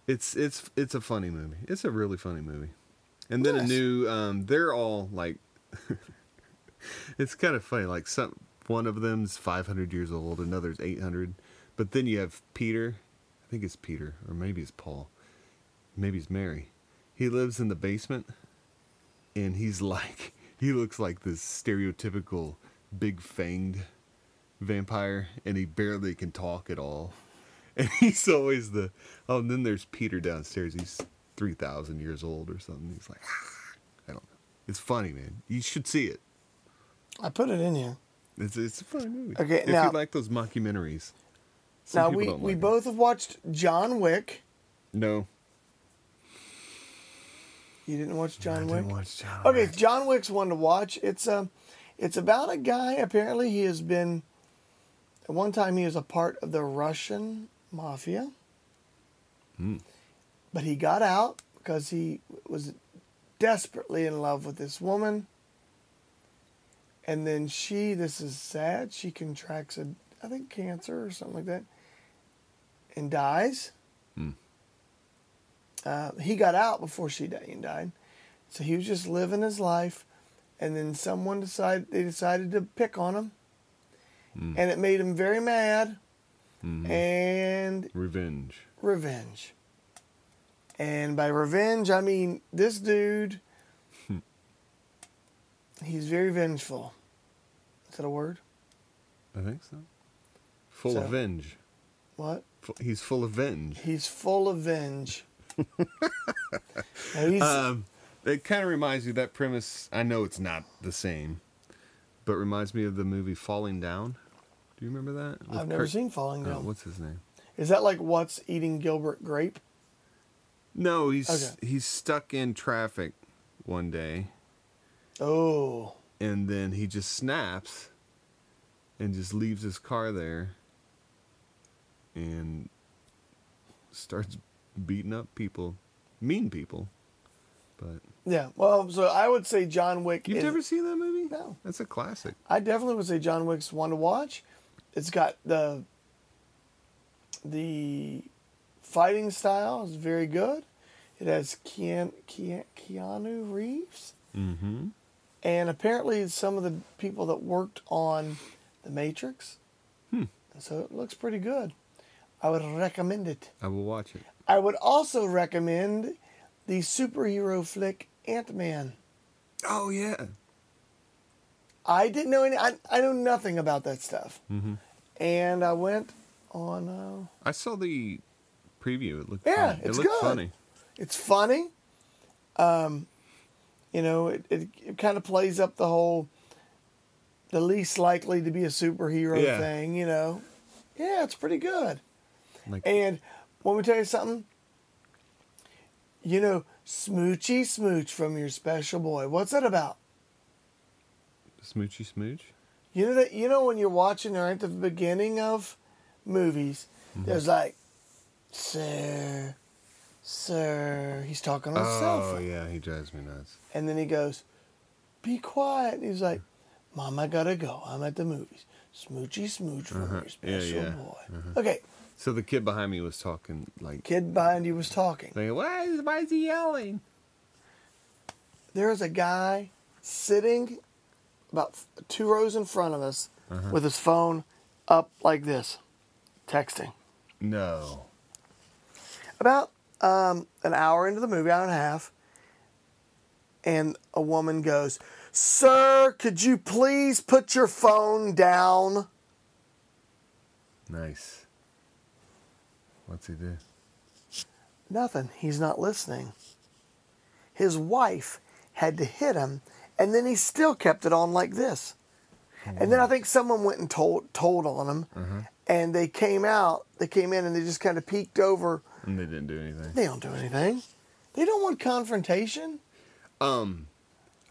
It's it's it's a funny movie. It's a really funny movie, and then Nice. a new. Um, they're all like, [LAUGHS] it's kind of funny. Like some one of them's 500 years old, another's 800, but then you have Peter. I think it's Peter, or maybe it's Paul, maybe it's Mary. He lives in the basement, and he's [LAUGHS] like he looks like this stereotypical big fanged vampire, and he barely can talk at all. [LAUGHS] And he's always the oh, and then there's Peter downstairs. He's three thousand years old or something. He's like, "Ah, I don't know. It's funny, man. You should see it. I put it in here. It's it's a funny movie. Okay, if now- you like those mockumentaries. Some Now people we don't we like 'em. both have watched John Wick. no. You didn't watch John I Wick? didn't watch John Okay, Wick. John Wick's one to watch. It's um, it's about a guy. Apparently, he has been. At one time, he was a part of the Russian mafia. But he got out because he was desperately in love with this woman. And then she, this is sad. She contracts a, I think, cancer or something like that, and dies. Uh, he got out before she died and died. So he was just living his life, and then someone decided they decided to pick on him, and it made him very mad, and Revenge. revenge. And by revenge, I mean this dude. he's very vengeful. Is that a word? I think so. Full So- of venge. What? Fu- He's full of venge. He's full of venge. Now he's, Um, it kind of reminds me that premise. I know it's not the same, but reminds me of the movie Falling Down. Do you remember that? With I've never Kirk- seen falling Oh, down. what's his name? Is that like what's eating Gilbert Grape? No, he's Okay. he's stuck in traffic one day, Oh, and then he just snaps, and just leaves his car there, and starts beating up people, mean people. But yeah. Well, so I would say John Wick. you've is- never seen that movie? No. that's a classic. I definitely would say John Wick's one to watch. It's got the the fighting style is very good. It has Kean, Kean, Keanu Reeves, Mm-hmm. and apparently some of the people that worked on The Matrix. Hmm. So it looks pretty good. I would recommend it. I will watch it. I would also recommend the superhero flick Ant Man. Oh yeah. I didn't know any. I, I know nothing about that stuff. And I went on. Uh, I saw the preview. It looked Yeah, funny. It it's looked good. funny. it's funny. Um, you know, it, it, it kind of plays up the whole the least likely to be a superhero Yeah. thing. You know, yeah, it's pretty good. Like And let me tell you something. You know, smoochy smooch from your special boy. What's that about? smoochy smooch. You know that you know when you're watching or at the beginning of movies, Mm-hmm. there's like, sir, sir. He's talking on his cell Oh phone, yeah, he drives me nuts. and then he goes, "Be quiet." And he's like, "Mom, I gotta go. I'm at the movies." Smoochy smooch from your Uh-huh. Yeah, special yeah. Uh-huh. boy. Okay, So the kid behind me was talking like, kid behind you was talking. thinking, why is why is he yelling? There's a guy sitting about f- two rows in front of us Uh-huh. with his phone up like this, texting. No. about um, an hour into the movie, hour and a half, and a woman goes, "Sir, could you please put your phone down?" Nice. What's he do? Nothing. He's not listening. His wife had to hit him and then he still kept it on like this. And then I think someone went and told told on him, and they came out. They came in and they just kind of peeked over. And they didn't do anything. They don't do anything. They don't want confrontation. I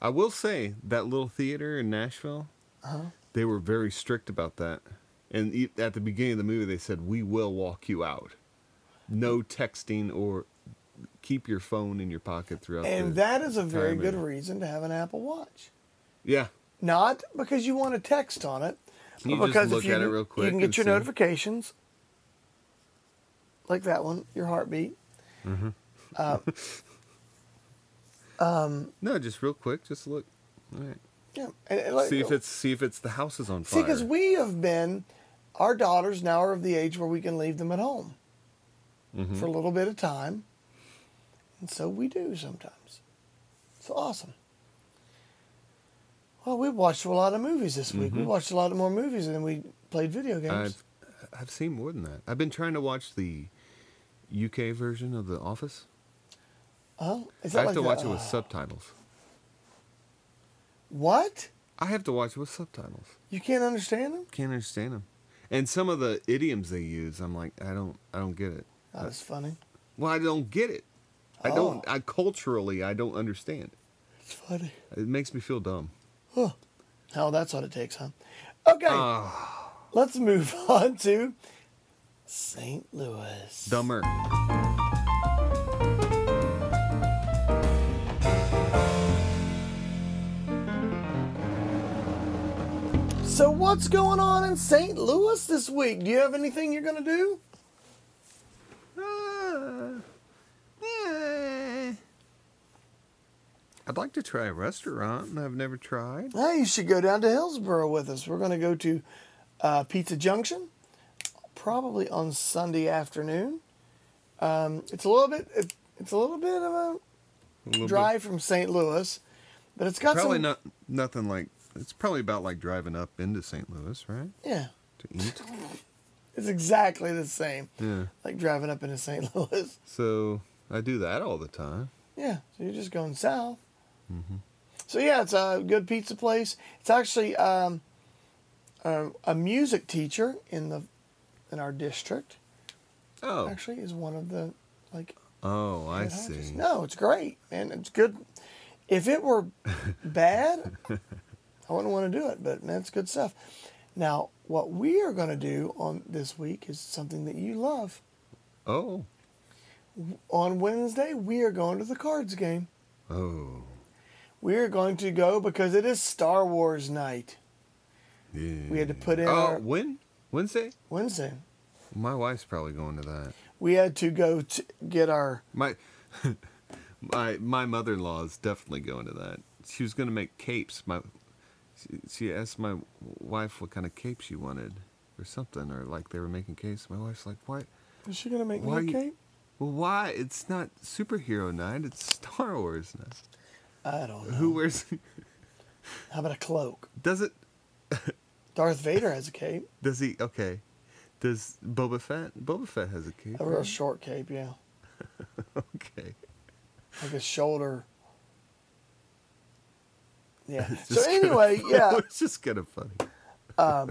will say that little theater in Nashville, Uh-huh. they were very strict about that. And e- at the beginning of the movie, they said, "We will walk you out. No texting or keep your phone in your pocket throughout." the And that is a very time good and- reason to have an Apple Watch. Yeah, Not because you want to text on it, but You just because look if you, at it real you quick can get and your see. notifications, like that one, your heartbeat. no, just real quick, just look. All right. Yeah, and, and like, see if it's see if it's the house is on see fire. because we have been, our daughters now are of the age where we can leave them at home Mm-hmm. for a little bit of time, and so we do sometimes. It's awesome. Well, we watched a lot of movies this week. We watched a lot more movies than we played video games. Mm-hmm. I've I've seen more than that. I've been trying to watch the UK version of The Office. Oh, is I that have like to the- watch it with uh, subtitles. What? I have to watch it with subtitles. You can't understand them? Can't understand them. And some of the idioms they use, I'm like, I don't, I don't get it. Oh, that's funny. Well, I don't get it. I Oh. don't. I culturally, I don't understand. It's funny. It makes me feel dumb. Oh, that's what it takes, huh? Okay. Uh, Ah, Let's move [LAUGHS] on to St. Louis. Dumber. So, what's going on in St. Louis this week? Do you have anything you're going to do? I'd like to try a restaurant, and I've never tried. Well, you should go down to Hillsboro with us. We're going to go to uh, Pizza Junction, probably on Sunday afternoon. Um, it's a little bit. It, it's a little bit of a A little bit- drive from St. Louis, but it's got probably some. not nothing like. It's probably about like driving up into St. Louis, right? Yeah, To [LAUGHS] eat. it's exactly the same. yeah. Like driving up into St. [LAUGHS] Louis. So I do that all the time. Yeah, so you're just going south. Mm-hmm. So yeah, it's a good pizza place. It's actually um, a, a music teacher in the in our district. Oh. Actually, is one of the like. oh, I head honchos. see. No, it's great, man. It's good. If it [LAUGHS] were bad, I wouldn't want to do it. But man, it's good stuff. Now, what we are going to do on this week is something that you love. Oh. On Wednesday, we are going to the Cards game. Oh. We are going to go because it is Star Wars night. Yeah. We had to put in Oh, our when? Wednesday? Wednesday. My wife's probably going to that. We had to go to get our My [LAUGHS] my my mother in law is definitely going to that. She was going to make capes. My she, she asked my wife what kind of cape she wanted or something, or like they were making capes. My wife's like, "Why? Is she gonna make Why me you- a cake? Well, why? It's not superhero night. It's Star Wars night. I don't know. Who wears? [LAUGHS] How about a cloak? Does it? Darth Vader has a cape. Does he? Okay. Does Boba Fett? Boba Fett has a cape. A real right? short cape, yeah. [LAUGHS] Okay. Like a shoulder. [LAUGHS] Yeah. So Just kinda- anyway, yeah. [LAUGHS] it's just kind of funny.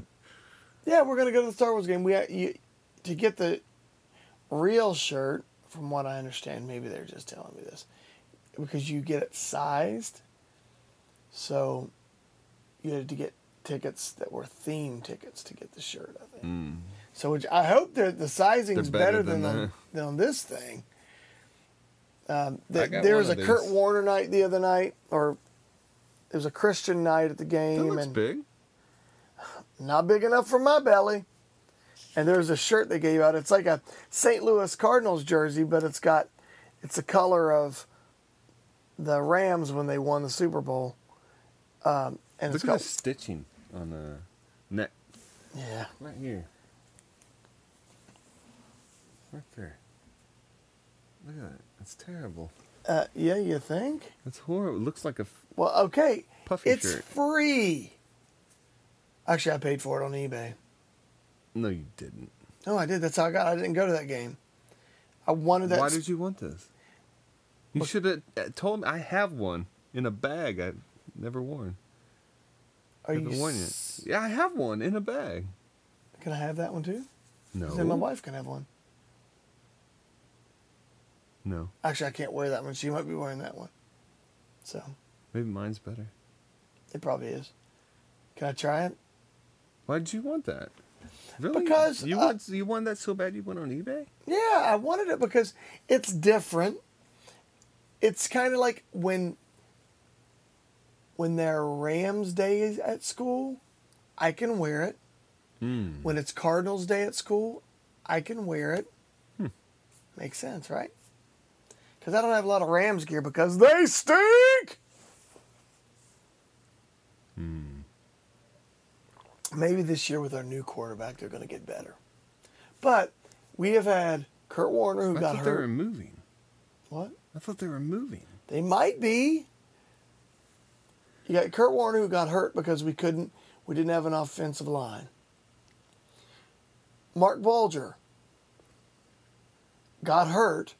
Yeah, we're gonna go to the Star Wars game. We uh, you, to get the real shirt, from what I understand. Maybe they're just telling me this because you get it sized. So you had to get tickets that were theme tickets to get the shirt. I think. So which I hope that the sizing is Hmm. They're better better than than on, than on this thing. Um, I th got there one was a of Kurt these. Warner night the other night, or it was a Christian night at the game, That looks and big. not big enough for my belly. And there's a shirt they gave out. It's like a St. Louis Cardinals jersey, but it's got it's the color of the Rams when they won the Super Bowl. Um, and Look it's at got the stitching on the neck yeah, right here. Right there. Look at that. That's terrible. uh, yeah. You think? That's horrible. It looks like a. F- Well, okay. Puffy it's shirt. free. Actually, I paid for it on eBay. no, you didn't. No, I did. That's how I got. I didn't go to that game. I wanted that. Why uh, did you want this? You should have told me. I have one in a bag. I Never worn. Are you? Haven't worn yet. s- Yeah, I have one in a bag. Can I have that one too? 'Cause Then my No. wife can have one. No. Actually, I can't wear that one. She might be wearing that one. So Maybe mine's better. it probably is. Can I try it? Why'd you want that? Really? Because, you uh, want you want that so bad you went on eBay? Yeah, I wanted it because it's different. It's kind of like when when there are Rams days at school, I can wear it. Hmm. When it's Cardinals day at school, I can wear it. Hmm. Makes sense, right? Because I don't have a lot of Rams gear because they stink. Hmm. Maybe this year with our new quarterback, they're going to get better. But we have had Kurt Warner who I got thought they hurt. were moving. What? I thought they were moving. They might be. You got Kurt Warner who got hurt because we couldn't we didn't have an offensive line. Mark Bulger got hurt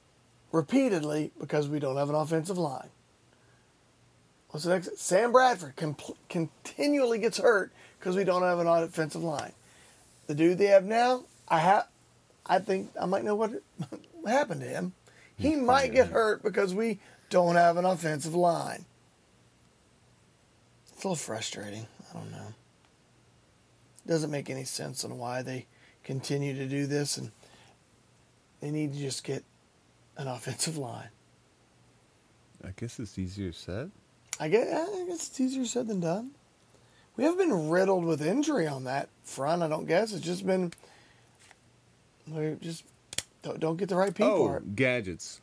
repeatedly because we don't have an offensive line. What's the next? Sam Bradford compl- continually gets hurt because we don't have an offensive line. The dude they have now, I have, I think I might know what [LAUGHS] happened to him. He might get hurt because we don't have an offensive line. It's a little frustrating. I don't know. Doesn't make any sense on why they continue to do this, and they need to just get an [LAUGHS] offensive line. I guess it's easier said. I guess, I guess it's easier said than done. We haven't been riddled with injury on that front. I don't guess it's just been we just don't, don't get the right people. oh, or- gadgets.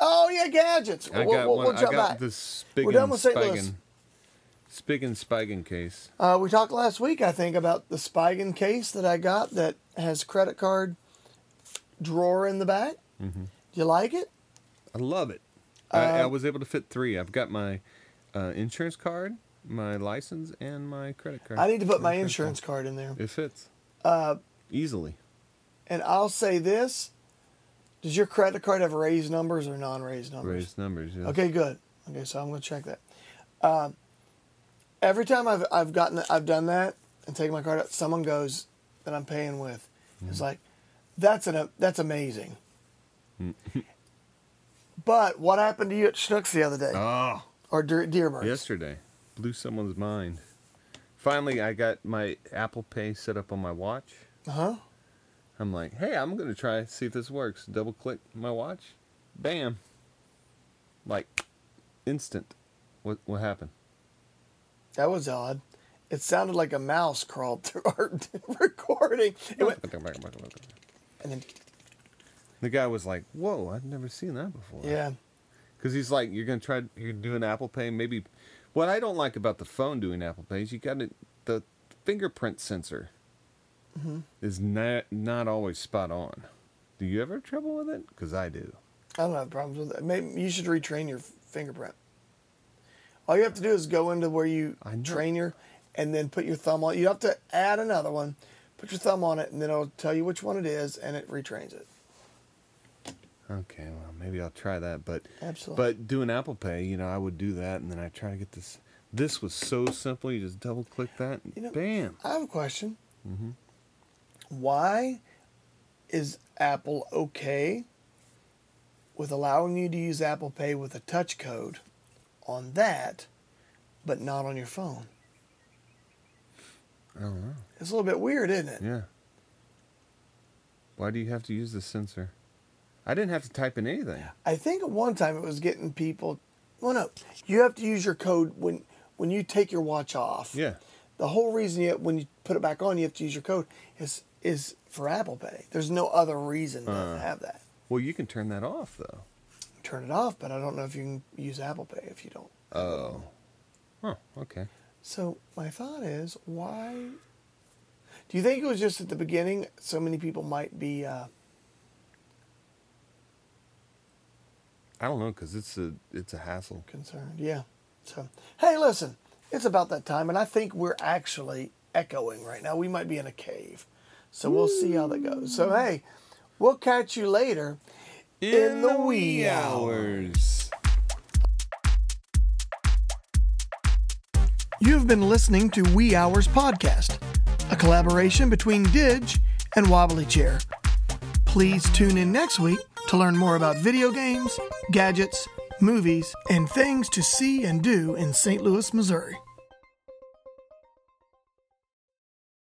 Oh yeah, gadgets. I we'll, got we'll, one. we'll I jump got back. the Spig We're and done with St. Louis. Spigen. Spig and Spigen case. Uh, we talked last week, I think, about the Spigen case that I got that has credit card drawer in the back. Mm-hmm. Do you like it? I love it. I, Uh, I was able to fit three. I've got my uh, insurance card, my license, and my credit card. I need to put my credit insurance Uh, card in there. It fits. Easily. And I'll say this: Does your credit card have raised numbers or non-raised numbers? Raised numbers. Yeah. oh, Okay, good. Okay, so I'm gonna check that. Uh, every time I've I've gotten I've done that and taken my card out, someone goes that I'm paying with. It's Mm-hmm. like that's an that's amazing. [LAUGHS] but what happened to you at Schnucks the other day Oh, or Deer, Deerberg? yesterday blew someone's mind. Finally, I got my Apple Pay set up on my watch. Uh huh. I'm like, hey, I'm gonna try see if this works. Double click my watch, bam. Like, instant. What what happened? That was odd. It sounded like a mouse crawled through our [LAUGHS] recording. It went and then The guy was like, whoa, I've never seen that before. yeah. Because he's like, you're gonna try, you're doing Apple Pay, maybe. What I don't like about the phone doing Apple Pay is you got it, the fingerprint sensor Mm-hmm. is not not always spot on. Do you ever have trouble with it? Because I do. I don't have problems with that. Maybe you should retrain your f- fingerprint. All you have to do is go into where you I know. train your, and then put your thumb on. You have to add another one, put your thumb on it, and then it'll tell you which one it is, and it retrains it. Okay, well, maybe I'll try that. But Absolutely. but doing Apple Pay, you know, I would do that, and then I try to get this. This was so simple. You just double click that, and You know- bam. I have a question. Mm-hmm. Why is Apple okay with allowing you to use Apple Pay with a touch code on that, but not on your phone? I don't know. It's a little bit weird, isn't it? Oh, Yeah. Why do you have to use the sensor? I didn't have to type in anything. I think at one time it was getting people. Well, no, you have to use your code when when you take your watch off. Yeah. The whole reason you when you put it back on, you have to use your code is is for Apple Pay. There's no other reason to have that. Well, you can turn that off though. Turn it off, but I don't know if you can use Apple Pay if you don't. Oh. Oh, okay. So my thought is, why? Do you think it was just at the beginning? So many people might be. Uh, I don't know because it's a it's a hassle. concerned. Yeah. So, hey, listen, it's about that time, and I think we're actually echoing right now. We might be in a cave. So we'll see how that goes. So, hey, we'll catch you later in, the wee hours. hours. You've been listening to Wee Hours Podcast, a collaboration between Didge and Wobbly Chair. Please tune in next week to learn more about video games, gadgets, movies, and things to see and do in St. Louis, Missouri.